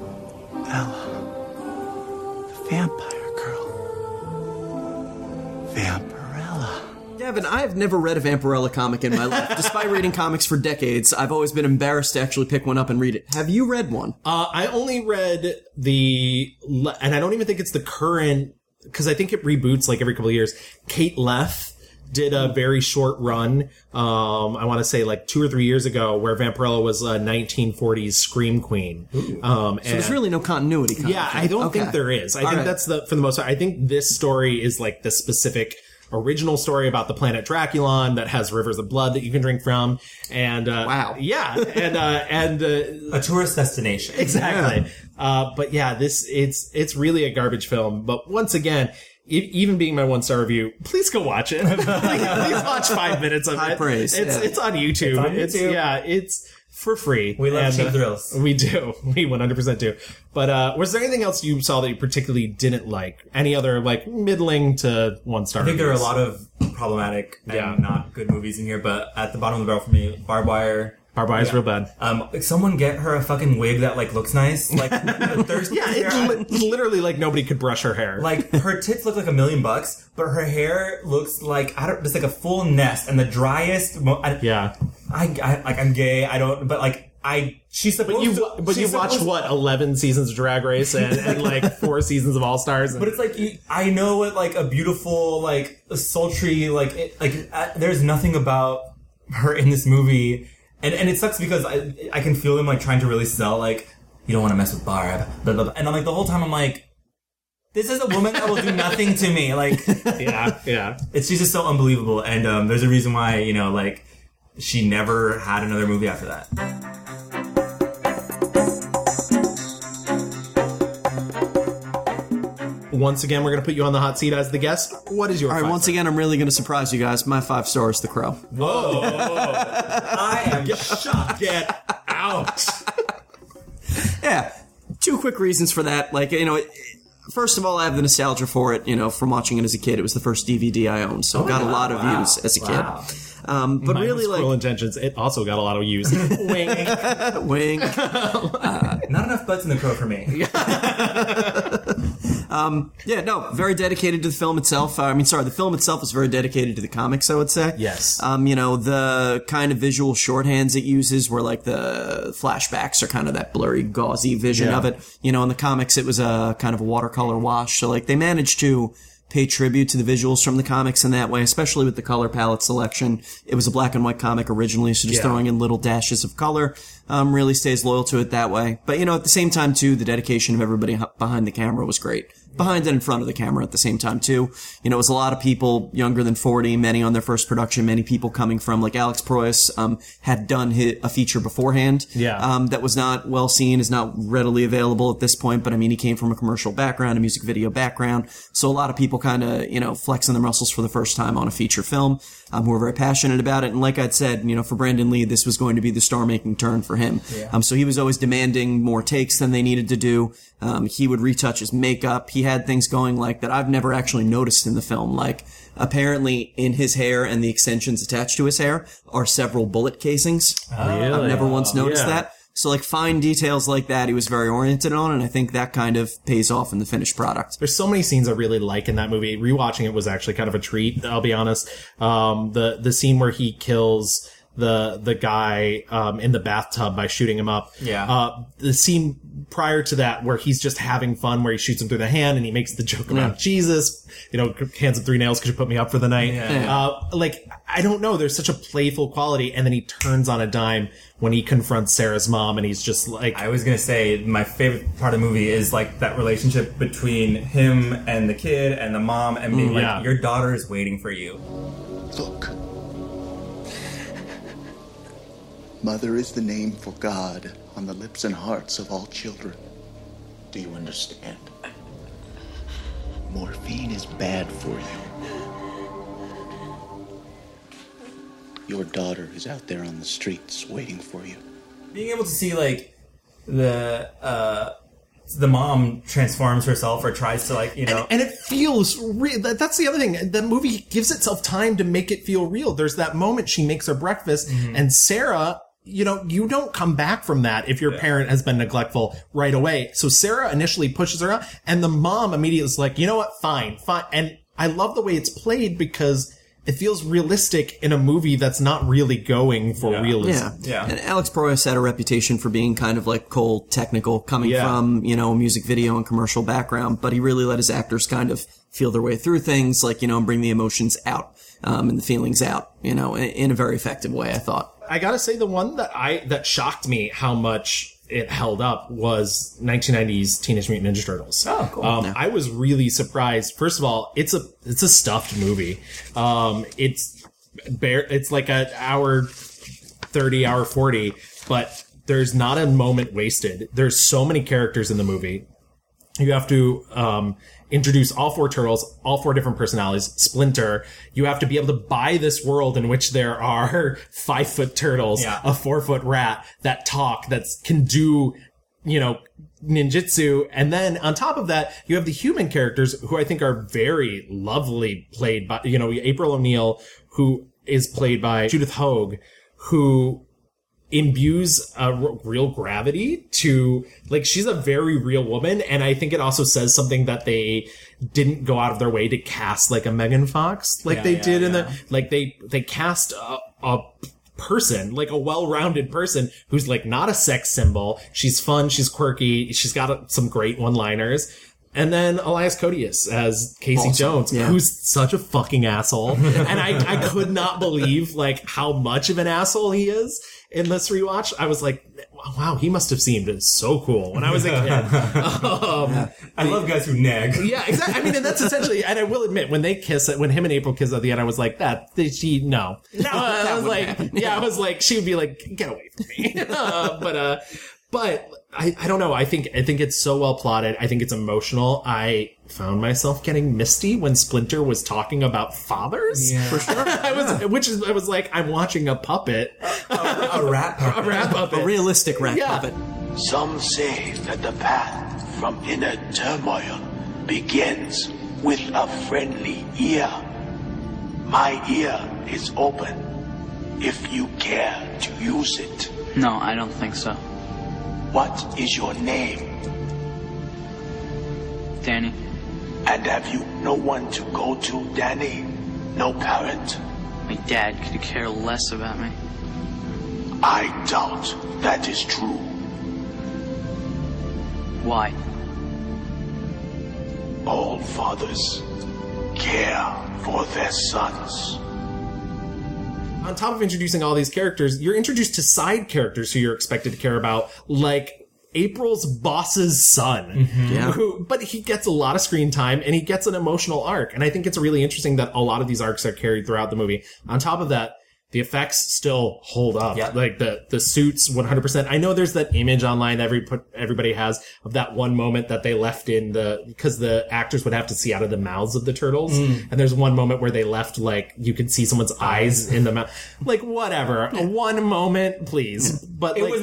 Ella. The vampire girl. Vampire. Gavin, I have never read a Vampirella comic in my life. Despite reading comics for decades, I've always been embarrassed to actually pick one up and read it. Have you read one? Uh, I only read the, le- and I don't even think it's the current because I think it reboots like every couple of years. Kate Leff did a very short run. Um, I want to say like two or three years ago, where Vampirella was a 1940s scream queen. Um, So there's and- really no continuity. kind of yeah, thing. I don't Okay. think there is. I All think right. that's the for the most part. I think this story is like the specific original story about the planet Draculon that has rivers of blood that you can drink from. And uh, wow, yeah, and uh, and uh, a tourist destination exactly. Uh, but yeah, this it's it's really a garbage film. But once again. e- Even being my one star review, please go watch it. please, please watch five minutes of High it. praise, It's yeah. it's on YouTube. It's on YouTube. yeah, it's for free. We love And, cheap uh, thrills. We do. We 100% do. But uh, was there anything else you saw that you particularly didn't like? Any other like middling to one star? I think there are a lot of problematic and not good movies in here, but at the bottom of the barrel for me, Barbed Wire. Barbed Wire's real bad. Um, someone get her a fucking wig that like looks nice. Like the thirsty Yeah, it's li- literally like nobody could brush her hair. Like her tits look like a million bucks, but her hair looks like I don't. It's like a full nest and the driest. Mo- I, yeah, I, I like I'm gay. I don't. But like I, she's supposed. you to, but you she's watch supposed- what eleven seasons of Drag Race and, and like four seasons of All Stars. But it's like you, I know what like a beautiful, like a sultry, like it, like uh, there's nothing about her in this movie, and and it sucks because I I can feel them like trying to really sell like you don't want to mess with Barb, blah, blah, blah. and I'm like the whole time I'm like this is a woman that will do nothing to me, like yeah yeah it's she's just so unbelievable, and um, there's a reason why you know like she never had another movie after that. once again, we're gonna put you on the hot seat as the guest. What is your? All right, once again, I'm really going to surprise you guys. My five star is The Crow. Whoa! I am shocked. Get out. yeah. Two quick reasons for that. Like, you know, it- first of all, I have the nostalgia for it, you know, from watching it as a kid. It was the first DVD I owned, so Oh, it got a wow, lot of wow, views as a kid. wow. Um, but Mine really, was like, Cruel intentions. It also got a lot of views. Uh, Wink. wing. Not enough butts in the crow for me. Um, yeah, no, very dedicated to the film itself. I mean, sorry, the film itself is very dedicated to the comics, I would say. Yes. Um, you know, the kind of visual shorthands it uses where like the flashbacks are kind of that blurry, gauzy vision Yeah. of it. You know, in the comics, it was a kind of a watercolor wash. So like they managed to pay tribute to the visuals from the comics in that way, especially with the color palette selection. It was a black and white comic originally, so just Yeah. throwing in little dashes of color um, really stays loyal to it that way. But you know, at the same time too, the dedication of everybody h- behind the camera was great. Behind and in front of the camera at the same time too. You know, it was a lot of people younger than 40, many on their first production, many people coming from like Alex Proyas, um, had done hi a feature beforehand. Yeah. Um, that was not well seen, is not readily available at this point, but I mean, he came from a commercial background, a music video background. So a lot of people kind of, you know, flexing their muscles for the first time on a feature film, um, who were very passionate about it. And like I'd said, you know, for Brandon Lee, this was going to be the star making turn for him. Yeah. Um, so he was always demanding more takes than they needed to do. Um, he would retouch his makeup. He had things going like that I've never actually noticed in the film. Like apparently in his hair and the extensions attached to his hair are several bullet casings. I've Really? never once noticed Oh, Yeah. that. So like fine details like that, he was very oriented on, and I think that kind of pays off in the finished product. There's so many scenes I really like in that movie. Rewatching it was actually kind of a treat. I'll be honest. Um, the the scene where he kills the the guy um, in the bathtub by shooting him up. Yeah. Uh, the scene prior to that where he's just having fun, where he shoots him through the hand and he makes the joke about Yeah. Jesus. You know, hands him three nails. Could you put me up for the night? Yeah. Uh, like I don't know. There's such a playful quality, and then he turns on a dime when he confronts Sarah's mom, and he's just like, I was gonna say my favorite part of the movie is like that relationship between him and the kid and the mom and being Mm, like, yeah. your daughter is waiting for you. Look. Mother is the name for God on the lips and hearts of all children. Do you understand? Morphine is bad for you. Your daughter is out there on the streets waiting for you. being able to see like the uh the mom transforms herself or tries to like you know and it feels real. That, that's the other thing. The movie gives itself time to make it feel real. There's that moment she makes her breakfast, and Sarah, you know, you don't come back from that if your parent has been neglectful right away. So Sarah initially pushes her out, and the mom immediately is like, you know what, fine, fine. And I love the way it's played because it feels realistic in a movie that's not really going for realism. Yeah. And Alex Proyas had a reputation for being kind of like cold, technical, coming Yeah. from, you know, a music video and commercial background, but he really let his actors kind of feel their way through things, like, you know, and bring the emotions out, um, and the feelings out, you know, in, in a very effective way, I thought. I gotta say, the one that I that shocked me how much it held up was 1990s Teenage Mutant Ninja Turtles. Oh, cool. Um, Yeah. I was really surprised. First of all, it's a it's a stuffed movie. Um, it's bare. It's like an hour thirty, hour forty, but there's not a moment wasted. There's so many characters in the movie you have to um, introduce all four turtles, all four different personalities, Splinter. You have to be able to buy this world in which there are five foot turtles, Yeah. a four foot rat that talk, that can do, you know, ninjutsu. And then on top of that, you have the human characters who I think are very lovely played by, you know, April O'Neil, who is played by Judith Hogue, who imbues a r- real gravity to like she's a very real woman and i think it also says something that they didn't go out of their way to cast like a megan fox like Yeah, they yeah, did in the like they they cast a, a person like a well-rounded person who's like not a sex symbol she's fun she's quirky she's got a, some great one-liners and then Elias Codius as Casey Awesome. Jones, Yeah. who's such a fucking asshole. and I, I could not believe like how much of an asshole he is in this rewatch. I was like, wow, he must have seemed so cool when I was a kid. Um, I love guys who nag. Yeah, exactly. I mean, and that's essentially, and I will admit, when they kiss it, when him and April kiss at the end, I was like, that, did she, no. No, I was like, yeah, I was like, she would be like, get away from me. Uh, but, uh, but I, I don't know. I think, I think it's so well plotted. I think it's emotional. I found myself getting misty when Splinter was talking about fathers. Yeah. For sure. I was, which is, I was like, I'm watching a puppet. a rat puppet. A rat puppet. A realistic rat Yeah. puppet. Some say that the path from inner turmoil begins with a friendly ear. My ear is open if you care to use it. No, I don't think so. What is your name? Danny, And have you no one to go to, Danny? No parent? My dad could care less about me. I doubt that is true. Why? All fathers care for their sons. on top of introducing all these characters, you're introduced to side characters who you're expected to care about, like April's boss's son. Yeah. Who, but he gets a lot of screen time and he gets an emotional arc. And I think it's really interesting that a lot of these arcs are carried throughout the movie. On top of that, the effects still hold up. Like the, the suits 100%. I know there's that image online that every, put- everybody has of that one moment that they left in the, because the actors would have to see out of the mouths of the turtles. Mm. And there's one moment where they left like, you could see someone's eyes in the mouth. Like whatever. One moment, please. But It was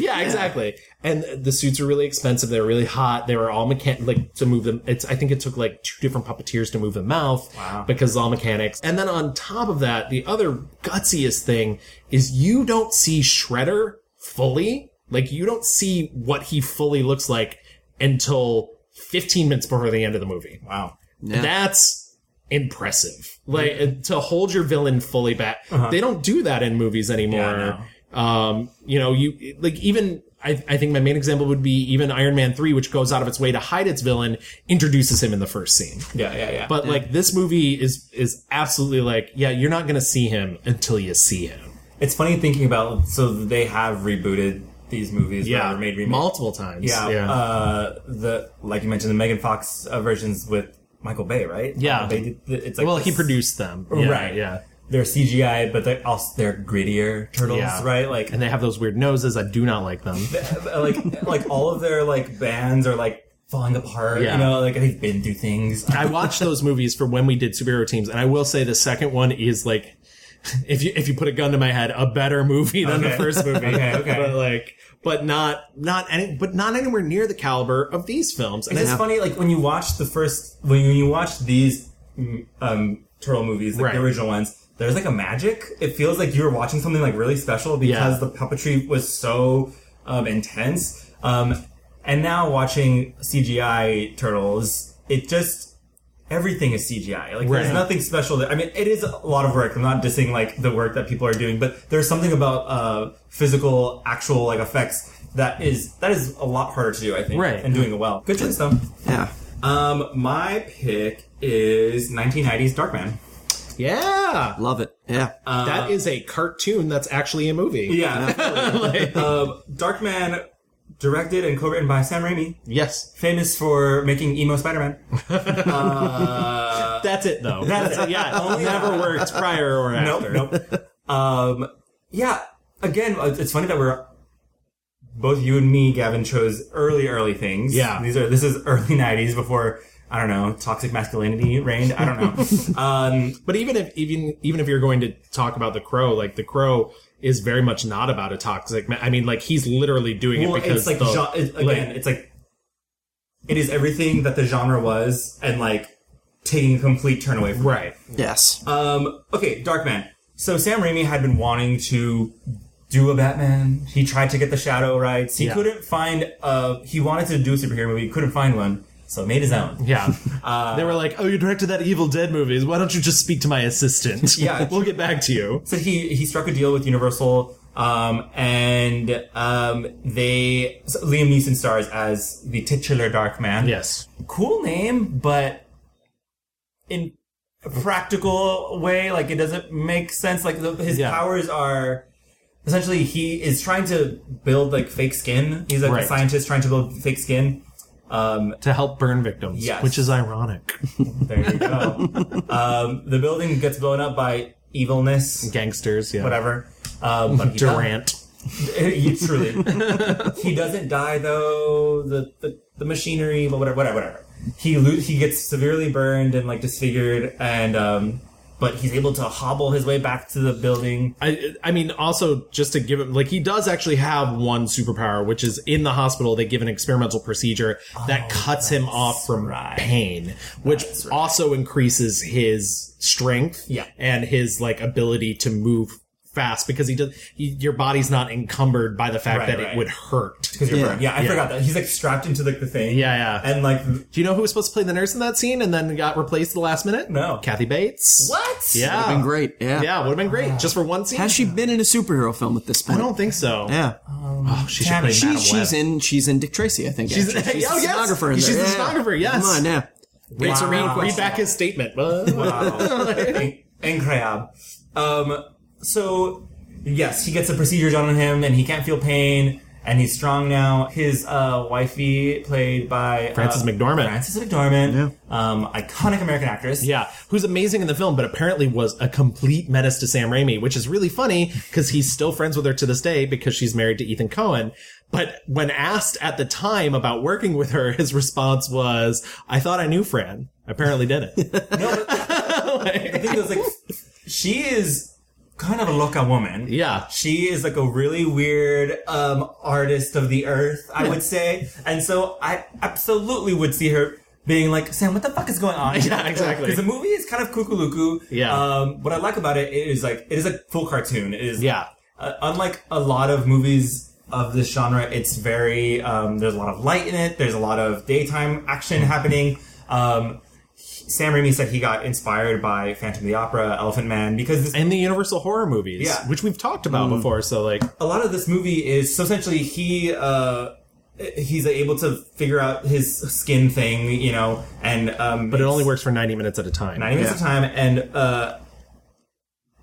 Yeah, Yeah. exactly. And the suits are really expensive. They're really hot. They were all mechanic, like to move them. It's, I think it took like two different puppeteers to move the mouth wow. because it's all mechanics. And then on top of that, the other gutsiest thing is you don't see Shredder fully. Like you don't see what he fully looks like until 15 minutes before the end of the movie. Wow. Yeah. That's impressive. Like to hold your villain fully back. Uh-huh. They don't do that in movies anymore. um, you know, you like even I, I think my main example would be even Iron Man 3, which goes out of its way to hide its villain, introduces him in the first scene. Yeah, yeah, yeah. But Yeah. like this movie is is absolutely like, yeah, you're not gonna see him until you see him. It's funny thinking about so they have rebooted these movies. Yeah, whatever, made remakes. multiple times. Yeah, Yeah. Uh, the like you mentioned the Megan Fox uh, versions with Michael Bay, right? Yeah. they did. the- It's like Well, he this- produced them. Yeah, right? yeah. they're CGI, but they're also they're grittier turtles, Yeah. right? Like uh, and they have those weird noses. I do not like them. like like all of their like bands are like falling apart. Yeah. You know, like they've been through things. I watched those movies for when we did superhero teams, and I will say the second one is like, if you if you put a gun to my head, a better movie than the Okay. first movie. Okay, okay. But like, but not not any, but not anywhere near the caliber of these films. And it's funny, like when you watch the first, when you, when you watch these mm, um, turtle movies, like Right. the original ones, there's like a magic. It feels like you're watching something like really special because the puppetry was so um, intense. Um, and now watching CGI turtles, it just everything is CGI. Like Right. there's nothing special. That, I mean, it is a lot of work. I'm not dissing like the work that people are doing, but there's something about uh, physical, actual like effects that is that is a lot harder to do. I think, Right. and doing it well. Good choice though. Yeah. Um, my pick is 1990s Darkman. Yeah, love it. Yeah, that is a cartoon that's actually a movie. Uh, Yeah. um, Darkman, directed and co-written by Sam Raimi. Yes. Famous for making emo Spider-Man. Uh, that's it though. That's it. Yeah, it Only never that. worked prior or after. Nope. nope. Um, yeah. Again, uh, it's funny that we're both you and me, Gavin, chose early, early things. Yeah. These are this is early '90s before I don't know toxic masculinity reigned. I don't know. um, but even if even even if you're going to talk about the crow, like the crow is very much not about a toxic. Ma- I mean, like he's literally doing Well, it because it's like the, gen- it- again, it's like it is everything that the genre was, and like taking a complete turn away from right. Yes. uh, Um. Okay. Darkman. So Sam Raimi had been wanting to do a Batman. He tried to get the Shadow rights. He Yeah. couldn't find. Uh. He wanted to do a superhero movie. Couldn't find one. So made his own. Yeah. they were like, "Oh, you directed that Evil Dead movie. Why don't you just speak to my assistant? Yeah. we'll get back to you." So he he struck a deal with Universal, um, and um, they so Liam Neeson stars as the titular Dark Man. Yes, cool name, but in a practical way, like it doesn't make sense. Like the, his powers are essentially he is trying to build like fake skin. He's like Right. a scientist trying to build fake skin. Um, to help burn victims, Yes. which is ironic. there you go. um, the building gets blown up by evilness, gangsters, yeah, whatever. Um, but he Durant. you truly. he doesn't die though. The, the the machinery, but whatever, whatever, whatever. He lo- he gets severely burned and like disfigured, and um, but he's able to hobble his way back to the building. I, I mean, also just to give him like he does actually have one superpower, which is in the hospital they give an experimental procedure Oh, that cuts him off from pain, which also increases his strength Yeah. and his like ability to move fast because he does. He, your body's not encumbered by the fact Right, that right. it would hurt. Because you're burnt. Yeah, I forgot that. He's like strapped into like the thing. Yeah, yeah. And like, do you know who was supposed to play the nurse in that scene and then got replaced at the last minute? No, Kathy Bates. What? Yeah, Would've been great. Yeah, yeah, would have been great just for one scene. Has she been in a superhero film at this point? I don't think so. Yeah. oh, she should play she, Madame she's Web. in. She's in Dick Tracy, I think. She's- actually. oh, the yes. stenographer. In She's there. the Yeah, yeah. stenographer, yes. Come on now. Read- It's a read read question. back his statement. wow. Incredible. Um, so, yes, he gets a procedure done on him and he can't feel pain and he's strong now. His uh, wifey, played by uh, Frances McDormand. Frances McDormand. Um, iconic American actress. Yeah, who's amazing in the film, but apparently was a complete menace to Sam Raimi, which is really funny because he's still friends with her to this day because she's married to Ethan Cohen. But when asked at the time about working with her, his response was, I thought I knew Fran. Apparently didn't. the thing is, like, she is kind of a loca woman. Yeah. She is like a really weird um, artist of the earth, I would say. And so I absolutely would see her being like, Sam, what the fuck is going on? Yeah, exactly. Because the movie is kind of kukuluku. Yeah. Um, what I like about it is like, it is a full cartoon. It is, yeah. Uh, unlike a lot of movies of this genre, it's very, um, there's a lot of light in it, there's a lot of daytime action happening. Um, Sam Raimi said he got inspired by Phantom of the Opera, Elephant Man, because this, and the Universal horror movies, yeah, which we've talked about Mm. before. So like, a lot of this movie is so essentially he uh, he's able to figure out his skin thing, you know, and um, but it only works for 90 minutes at a time. nine minutes of time, and uh,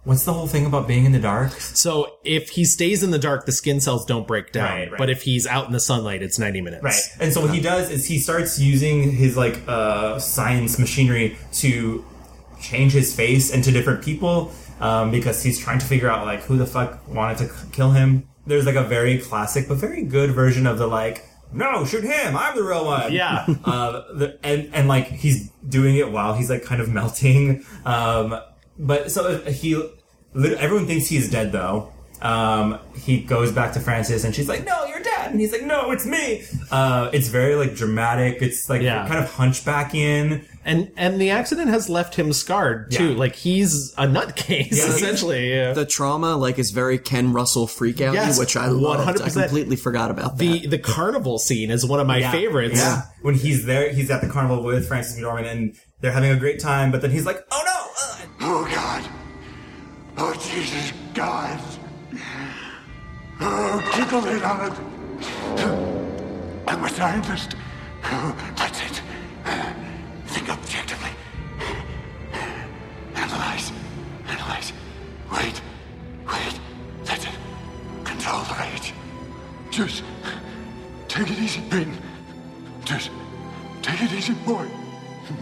what's the whole thing about being in the dark? So if he stays in the dark, the skin cells don't break down. Right, right. But if he's out in the sunlight, it's 90 minutes. Right. And so what he does is he starts using his like uh, science machinery to change his face into different people um, because he's trying to figure out like who the fuck wanted to c- kill him. There's like a very classic but very good version of the like no shoot him I'm the real one Yeah. uh, the, and and like he's doing it while he's like kind of melting um, but so uh, he lit- everyone thinks he's dead though um, he goes back to Francis and she's like no you're dead and he's like no it's me uh, it's very like dramatic it's like Yeah. kind of hunchbackian and and the accident has left him scarred too. Yeah. Like he's a nutcase Yeah. essentially. Yeah. The trauma, like, is very Ken Russell freak out, Yes, which I loved. I 100%. completely forgot about that. The the carnival scene is one of my Yeah. favorites. Yeah. When he's there, he's at the carnival with Francis McDormand and they're having a great time, but then he's like, oh no! Oh God. Oh Jesus God. Oh, tickle me, Donald. I'm a scientist. Oh, That's it. Think objectively. Analyze. Analyze. Wait. Wait. That's it. Control the rage. Just take it easy, Ben. Just take it easy, boy.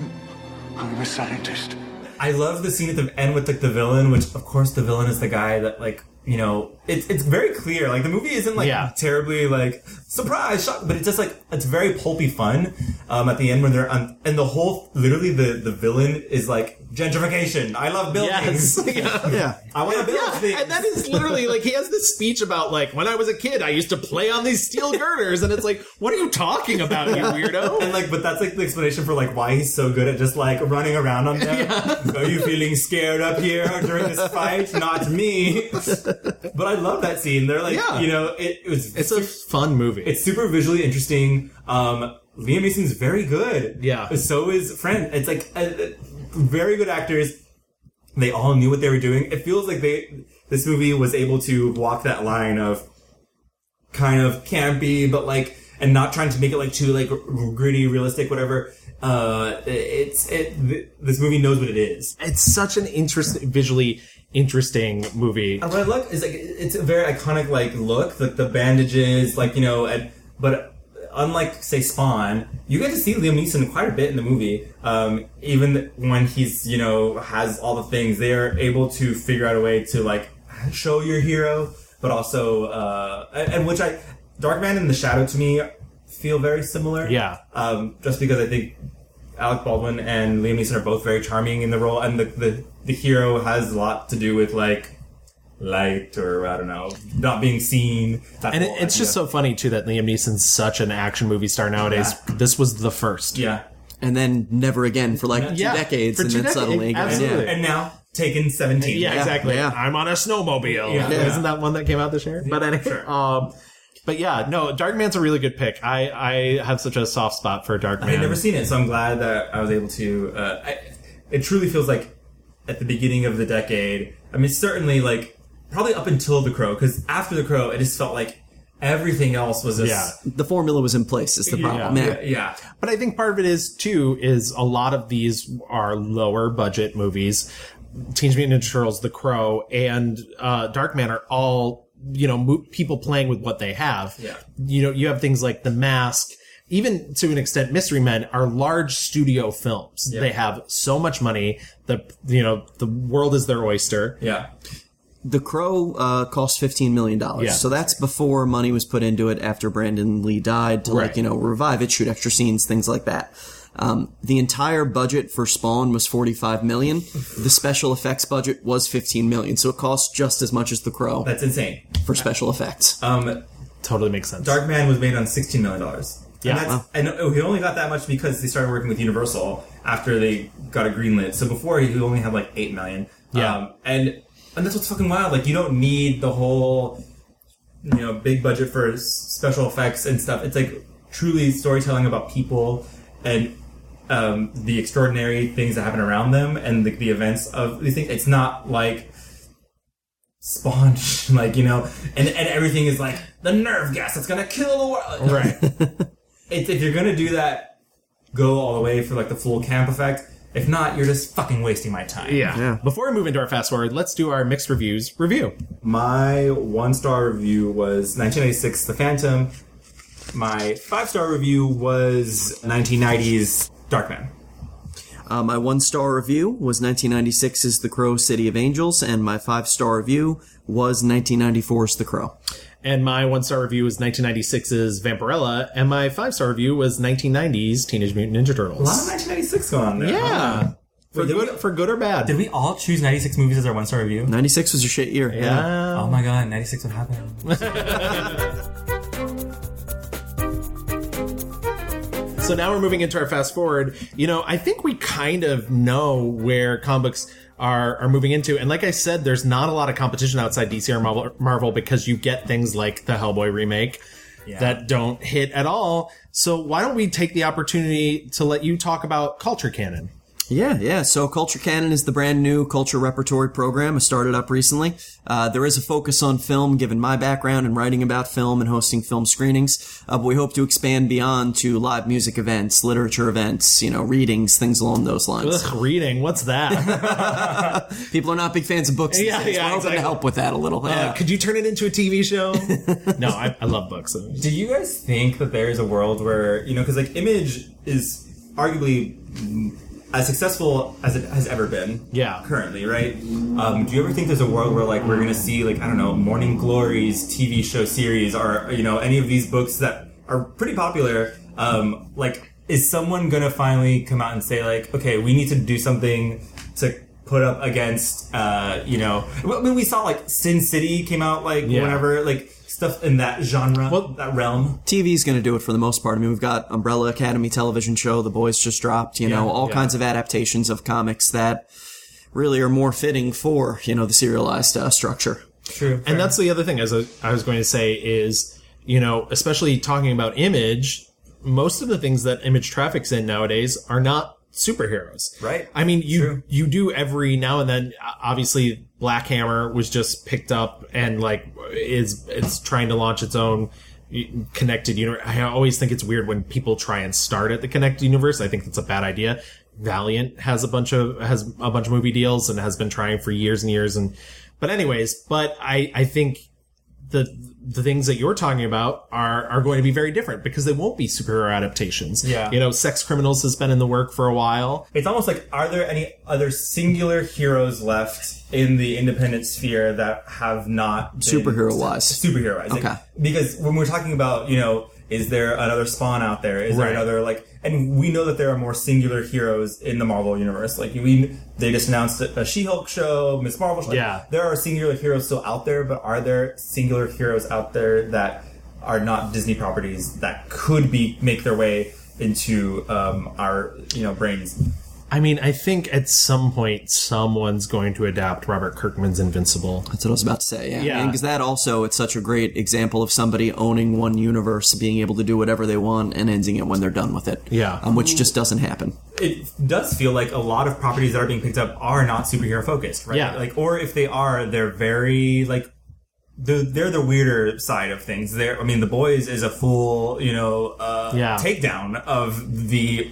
I'm a scientist. I love the scene at the end with like the villain, which of course the villain is the guy that like you know it's it's very clear. Like the movie isn't like terribly like surprise shock, but it's just like it's very pulpy fun. Um, at the end when they're on, and the whole literally the the villain is like gentrification. I love buildings. Yes. Yeah. I want to build things. And that is literally like he has this speech about like when I was a kid I used to play on these steel girders and it's like what are you talking about you weirdo? And like, but that's like the explanation for like why he's so good at just like running around on them. Are you feeling scared up here during this fight? Not me. But I love that scene. They're like, Yeah. you know, it, it was. It's a fun movie. It's super visually interesting. Um, Liam Neeson's very good. Yeah. So is Friend. It's like uh, uh, very good actors. They all knew what they were doing. It feels like they this movie was able to walk that line of kind of campy, but like, and not trying to make it like too like r- gritty, realistic, whatever. Uh, it's it. Th- this movie knows what it is. It's such an interesting visually interesting movie. And what I love is like it's a very iconic like look, like the bandages, like you know, and but unlike say Spawn, you get to see Liam Neeson quite a bit in the movie. Um, even when he's you know has all the things, they are able to figure out a way to like show your hero, but also uh, and, and which I Darkman and The Shadow to me feel very similar. Yeah. um, just because I think Alec Baldwin and Liam Neeson are both very charming in the role, and the, the the hero has a lot to do with like light or I don't know, not being seen. That and it, whole it's just idea. so funny too that Liam Neeson's such an action movie star nowadays. This was the first. Yeah. and then never again for like Yeah, two decades, for and two then suddenly, decades, absolutely. yeah. And now taken seventeen. Yeah, Yeah, exactly. yeah. I'm on a snowmobile. Yeah. Yeah. Isn't that one that came out this year? But anyway, um, but yeah, no, Dark Man's a really good pick. I I have such a soft spot for Dark Man. I've never seen it, so I'm glad that I was able to. Uh, I, it truly feels like at the beginning of the decade. I mean, certainly like probably up until The Crow, because after The Crow, it just felt like everything else was just Yeah. the formula was in place. Is the problem? Yeah, But I think part of it is too is a lot of these are lower budget movies. Teenage Mutant Ninja Turtles, The Crow, and uh, Darkman are all you know mo- people playing with what they have. Yeah. You know, you have things like The Mask. Even to an extent, Mystery Men are large studio films. Yeah. They have so much money. The you know the world is their oyster. Yeah. The Crow uh, cost fifteen million dollars, Yeah. so that's before money was put into it. After Brandon Lee died, to Right. like you know revive it, shoot extra scenes, things like that. Um, the entire budget for Spawn was forty-five million. the special effects budget was fifteen million, so it cost just as much as The Crow. That's insane for special effects. Um, totally makes sense. Dark Man was made on sixteen million dollars. Yeah. and, that's, and he only got that much because they started working with Universal after they got a greenlit. So before he only had like eight million. Yeah. um, and and that's what's fucking wild. Like you don't need the whole you know big budget for s- special effects and stuff. It's like truly storytelling about people and um, the extraordinary things that happen around them and the, the events of these things. It's not like sponge, like you know, and and everything is like the nerve gas that's gonna kill the world. Right. it's, if you're gonna do that, go all the way for like the full camp effect. If not, you're just fucking wasting my time. Yeah. Before we move into our fast forward, let's do our mixed reviews review. My one star review was 1986 The Phantom. My five star review was 1990s Darkman. Uh, my one star review was 1996's The Crow City of Angels, and my five star review was 1994's The Crow. And my one star review was 1996's Vampirella, and my five star review was 1990's Teenage Mutant Ninja Turtles. A lot of 1996 going on there. Yeah. Huh? For good, for good or bad. Did we all choose 96 movies as our one star review? 96 was your shit year. Yeah. Oh my god, 96 would happen. So now we're moving into our fast forward. You know, I think we kind of know where comic books are are moving into, and like I said, there's not a lot of competition outside DC or Marvel, Marvel because you get things like the Hellboy remake Yeah. that don't hit at all. So why don't we take the opportunity to let you talk about culture canon? Yeah, yeah. So Culture Canon is the brand new culture repertory program. I started up recently. Uh, there is a focus on film, given my background in writing about film and hosting film screenings. Uh, but we hope to expand beyond to live music events, literature events, you know, readings, things along those lines. Ugh, reading, what's that? People are not big fans of books. these days. We're hoping to help with that a little. Uh, Yeah. could you turn it into a TV show? no, I, I love books. Do you guys think that there is a world where you know? Because like Image is arguably mm, as successful as it has ever been. Yeah. Currently, right? Um, do you ever think there's a world where like we're gonna see like I don't know Morning Glories TV show series or you know any of these books that are pretty popular? Um, like, is someone gonna finally come out and say like, okay, we need to do something to put up against uh, you know? I mean, we saw like Sin City came out like Yeah. whenever like stuff in that genre, that realm. TV's going to do it for the most part. I mean, we've got Umbrella Academy television show, The Boys just dropped, you know, Yeah, all yeah. kinds of adaptations of comics that really are more fitting for, you know, the serialized uh, structure. True. And that's the other thing, as I I was going to say, is, you know, especially talking about image, most of the things that image traffics in nowadays are not superheroes. Right. I mean, you, you do every now and then, o- obviously, Black Hammer was just picked up and, like, is, it's trying to launch its own y- connected universe. I always think it's weird when people try and start at the connected universe. I think that's a bad idea. Valiant has a bunch of has a bunch of movie deals and has been trying for years and years and but anyways, but I I think the the things that you're talking about are are going to be very different because they won't be superhero adaptations. Yeah. You know, Sex Criminals has been in the work for a while. It's almost like are there any other singular heroes left in the independent sphere that have not Superhero wise. superhero wise? Okay. because when we're talking about you know, is there another Spawn out there? Is Right. there another like? And we know that there are more singular heroes in the Marvel universe. Like we, they just announced a She-Hulk show, Miss Marvel. Show. Like, Yeah. there are singular heroes still out there, but are there singular heroes out there that are not Disney properties that could be make their way into um, our you know brains. I mean, I think at some point someone's going to adapt Robert Kirkman's Invincible. That's what I was about to say. Yeah, Yeah. because that also it's such a great example of somebody owning one universe, being able to do whatever they want, and ending it when they're done with it. Yeah. um, which just doesn't happen. It does feel like a lot of properties that are being picked up are not superhero focused, right? Yeah. Like, or if they are, they're very like they're, they're the weirder side of things. There, I mean, the boys is a full you know uh, Yeah. takedown of the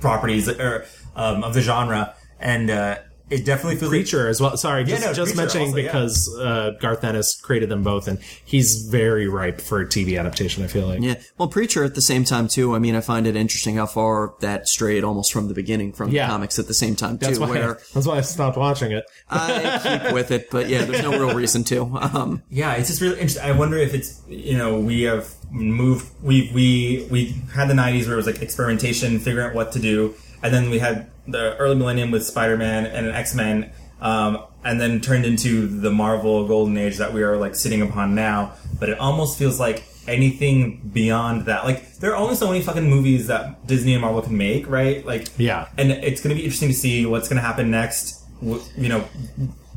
properties or um, of the genre, and uh, it definitely feels like- Preacher as well. Sorry, Yeah, just, no, just Preacher mentioning also, yeah. because uh, Garth Ennis created them both, and he's very ripe for a TV adaptation. I feel like. Yeah. Well, Preacher at the same time too. I mean, I find it interesting how far that strayed almost from the beginning from Yeah. the comics at the same time That's too. why. where that's why I stopped watching it. I keep with it, but yeah, there's no real reason to. Um, Yeah, it's just really interesting. I wonder if it's you know we have moved we we we had the '90s where it was like experimentation, figuring out what to do, and then we had the early millennium with Spider-Man and X Men, um, and then turned into the Marvel Golden Age that we are like sitting upon now. But it almost feels like anything beyond that, like there are only so many fucking movies that Disney and Marvel can make, right? Like Yeah. and it's going to be interesting to see what's going to happen next. w- You know,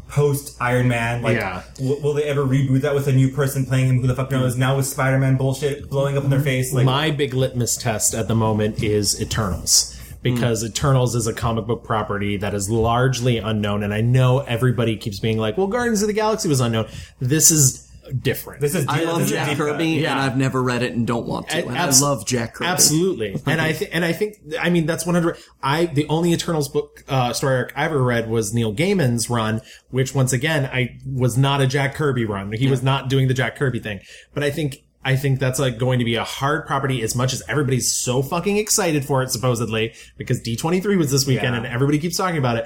post Iron Man, like, Yeah. w- will they ever reboot that with a new person playing him? Who the fuck knows? Now with Spider Man bullshit blowing up in their face, like Mm. Mm-hmm. my big litmus test at the moment is Eternals Hmm. because Eternals is a comic book property that is largely unknown, and I know everybody keeps being like, "Well, Guardians of the Galaxy was unknown." This is different. I love Jack Kirby, and I've never read it and don't want to. And And abso- I love Jack Kirby. Absolutely, and I th- and I think I mean that's one hundred. I the only Eternals book uh, story arc I ever read was Neil Gaiman's run, which once again I was not a Jack Kirby run. He was not doing the Jack Kirby thing, but I think I think that's like going to be a hard property as much as everybody's so fucking excited for it supposedly because D twenty three was this weekend Yeah. and everybody keeps talking about it.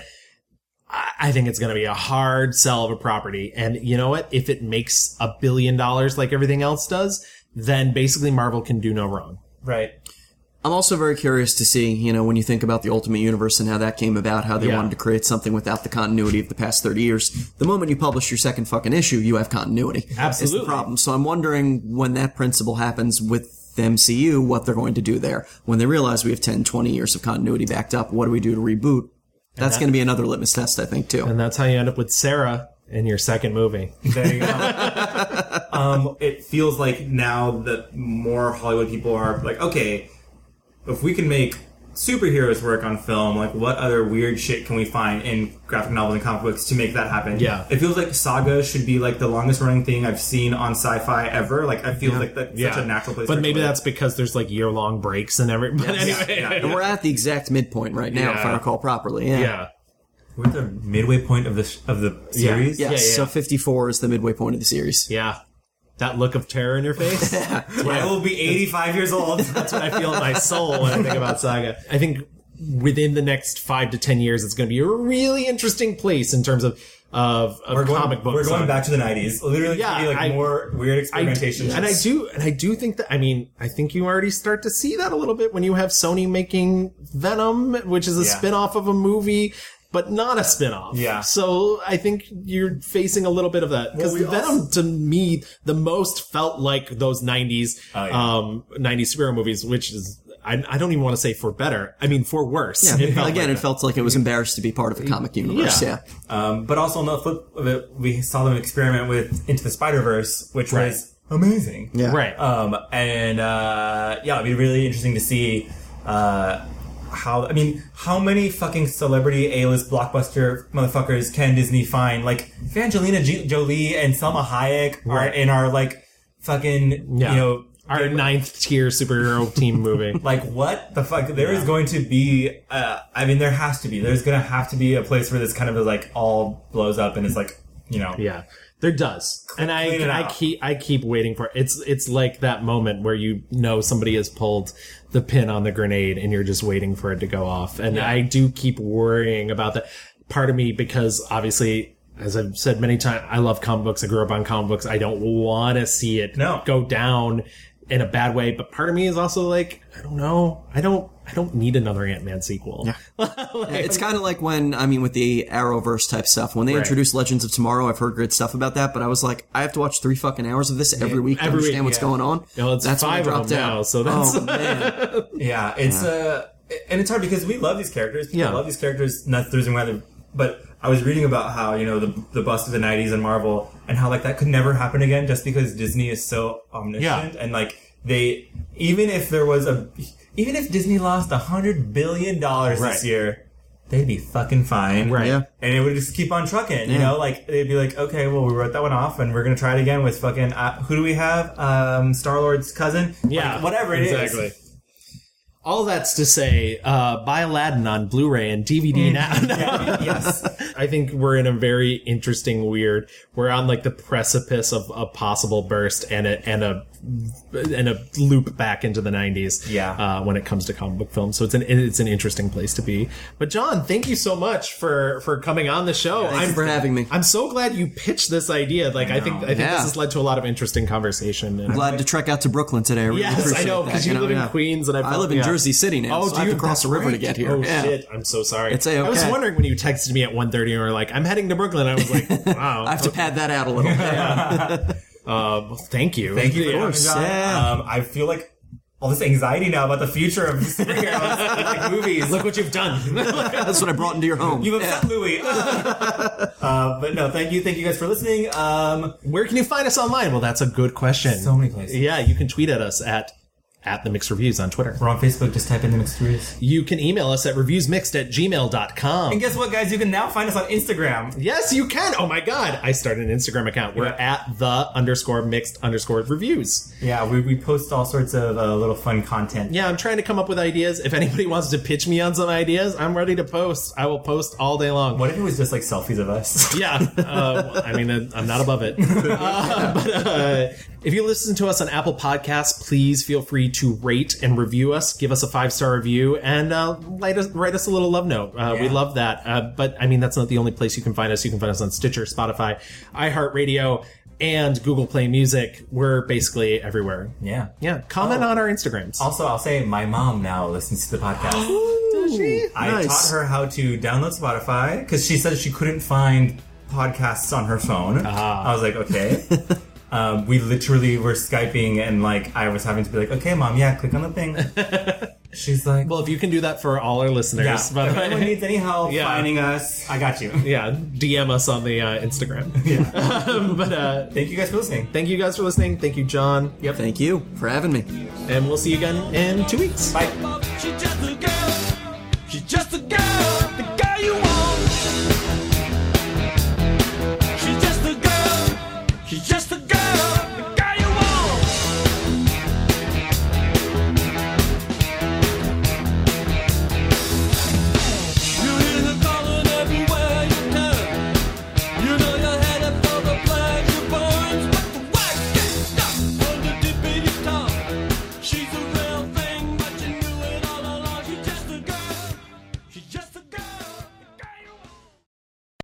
I I think it's going to be a hard sell of a property. And you know what? If it makes a billion dollars like everything else does, then basically Marvel can do no wrong. right. I'm also very curious to see, you know, when you think about the Ultimate Universe and how that came about, how they Yeah. wanted to create something without the continuity of the past 30 years. The moment you publish your second fucking issue, you have continuity. Absolutely. It's the problem. So I'm wondering when that principle happens with the MCU, what they're going to do there. When they realize we have 10, 20 years of continuity backed up, what do we do to reboot? And That's that- going to be another litmus test, I think, too. And that's how you end up with Sarah in your second movie. There you go. um, it feels like now that more Hollywood people are like, okay, if we can make superheroes work on film, like what other weird shit can we find in graphic novels and comic books to make that happen? Yeah. It feels like Saga should be like the longest running thing I've seen on sci fi ever. Like, I feel like that's such a natural place But for it maybe to live. that's because there's like year long breaks and everything. But anyway, And we're at the exact midpoint right now, if I Yeah. recall properly. Yeah. Yeah. We're at the midway point of the of the series? Yeah, Yeah. yeah. So 54 is the midway point of the series. Yeah. That look of terror in your face. That's what I will be 85 years old. That's what I feel in my soul when I think about Saga. I think within the next five to ten years, it's going to be a really interesting place in terms of of, of We're going- comic books. we're going back to the 90s. Literally, it's gonna be, like, more weird experimentation. and I do, and I do think that. I mean, I think you already start to see that a little bit when you have Sony making Venom, which is a Yeah. spin off of a movie. But not a spin-off. Yeah. So I think you're facing a little bit of that because Well, we Venom, to me, the most felt like those '90s Oh, um, '90s superhero movies, which is I, I don't even want to say for better. I mean for worse. Yeah. It felt Again, like it felt like it was embarrassed to be part of the comic universe. Yeah. Um, but also on the flip of it, we saw them experiment with Into the Spider Verse, which Right. was amazing. Yeah. Right. Um, and uh, yeah, it'd be really interesting to see uh, how. I mean, how many fucking celebrity A-list blockbuster motherfuckers can Disney find? Like Evangelina J- Jolie and Selma Hayek are Right. in our like fucking Yeah. you know our ninth tier superhero team movie. like what the fuck? There is Yeah. going to be. Uh, I mean, there has to be. There's going to have to be a place where this kind of like all blows up and it's like you know. Yeah, there does. And clean it I, I out. keep, I keep waiting for it's, it's like that moment where you know somebody has pulled the pin on the grenade and you're just waiting for it to go off. And Yeah. I do keep worrying about that. Part of me because obviously. As I've said many times, I love comic books. I grew up on comic books. I don't want to see it No. go down in a bad way. But part of me is also like, I don't know. I don't. I don't need another Ant Man sequel. Yeah. Yeah, it's kind of like when I mean with the Arrowverse type stuff when they Right. introduced Legends of Tomorrow. I've heard great stuff about that, but I was like, I have to watch three fucking hours of this every week to every week, understand what's yeah. going on. No, it's that's when I five of dropped them out. now, so that's- Oh, man. Yeah, it's Yeah. uh, and it's hard because we love these characters. People Yeah. love these characters. and That's the reason why. they But I was reading about how you know the the bust of the '90s and Marvel, and how like that could never happen again, just because Disney is so omniscient and like they even if there was a even if Disney lost a hundred billion dollars this Right. year. They'd be fucking fine, Right. Yeah. And it would just keep on trucking, you Yeah. know. Like they'd be like, "Okay, well, we wrote that one off, and we're gonna try it again with fucking uh, who do we have? Um, Star Lord's cousin, Yeah, Like, whatever it is. exactly. All that's to say, uh, buy Aladdin on Blu-ray and DVD now. yes, I think we're in a very interesting, weird. We're on like the precipice of a possible burst and a and a and a loop back into the '90s. Yeah, uh, when it comes to comic book films, so it's an it's an interesting place to be. But John, thank you so much for for coming on the show. I'm, for having me. I'm so glad you pitched this idea. Like I, think I think Yeah. this has led to a lot of interesting conversation. And I'm glad to trek out to Brooklyn today. I really Yes, I appreciate know that, because you, live in yeah. Queens, and I, I felt- live in yeah. Jersey City now. Oh, so do I have you to That's cross the river to right. get here. Oh Yeah. shit! I'm so sorry. It's a- I was okay. wondering when you texted me at 1.30 and were like, "I'm heading to Brooklyn." I was like, "Wow." I have to pad that out a little. well, thank you. Thank you, for Yeah. coming, John. Um, I feel like all this anxiety now about the future of superheroes like movies. Look what you've done. That's what I brought into your home. You've upset Louis. uh, but no, thank you, thank you guys for listening. Um, Where can you find us online? Well, that's a good question. So many places. Yeah, you can tweet at us at at the mixed reviews on Twitter. We're on Facebook. Just type in the mixed reviews. You can email us at reviewsmixed at gmail.com. And guess what, guys? You can now find us on Instagram. Yes, you can. Oh my god, I started an Instagram account. We're at the underscore mixed underscore reviews. Yeah, we, we post all sorts of uh, little fun content. Yeah, I'm trying to come up with ideas. If anybody wants to pitch me on some ideas, I'm ready to post. I will post all day long. What if it was just like selfies of us? Yeah, uh, I mean, uh, I'm not above it. Uh, but uh, if you listen to us on Apple Podcasts, please feel free to rate and review us. Give us a five star review and uh, write us write us a little love note. Uh, We love that. Uh, but I mean, that's not the only place you can find us. You can find us on Stitcher, Spotify, iHeartRadio, and Google Play Music. We're basically everywhere. Yeah. Yeah. Comment Oh. on our Instagrams. Also, I'll say my mom now listens to the podcast. I Nice. taught her how to download Spotify because she said she couldn't find podcasts on her phone. Ah. I was like, okay. um, we literally were skyping, and like I was having to be like, okay, mom, yeah, click on the thing. She's like, well, if you can do that for all our listeners, Yeah. by the If way. anyone needs any help finding us, I got you. Yeah, DM us on the uh, Instagram. Yeah, but uh, thank you guys for listening. Thank you guys for listening. Thank you, John. Yep. Thank you for having me. And we'll see you again in two weeks. Bye. She's just a girl.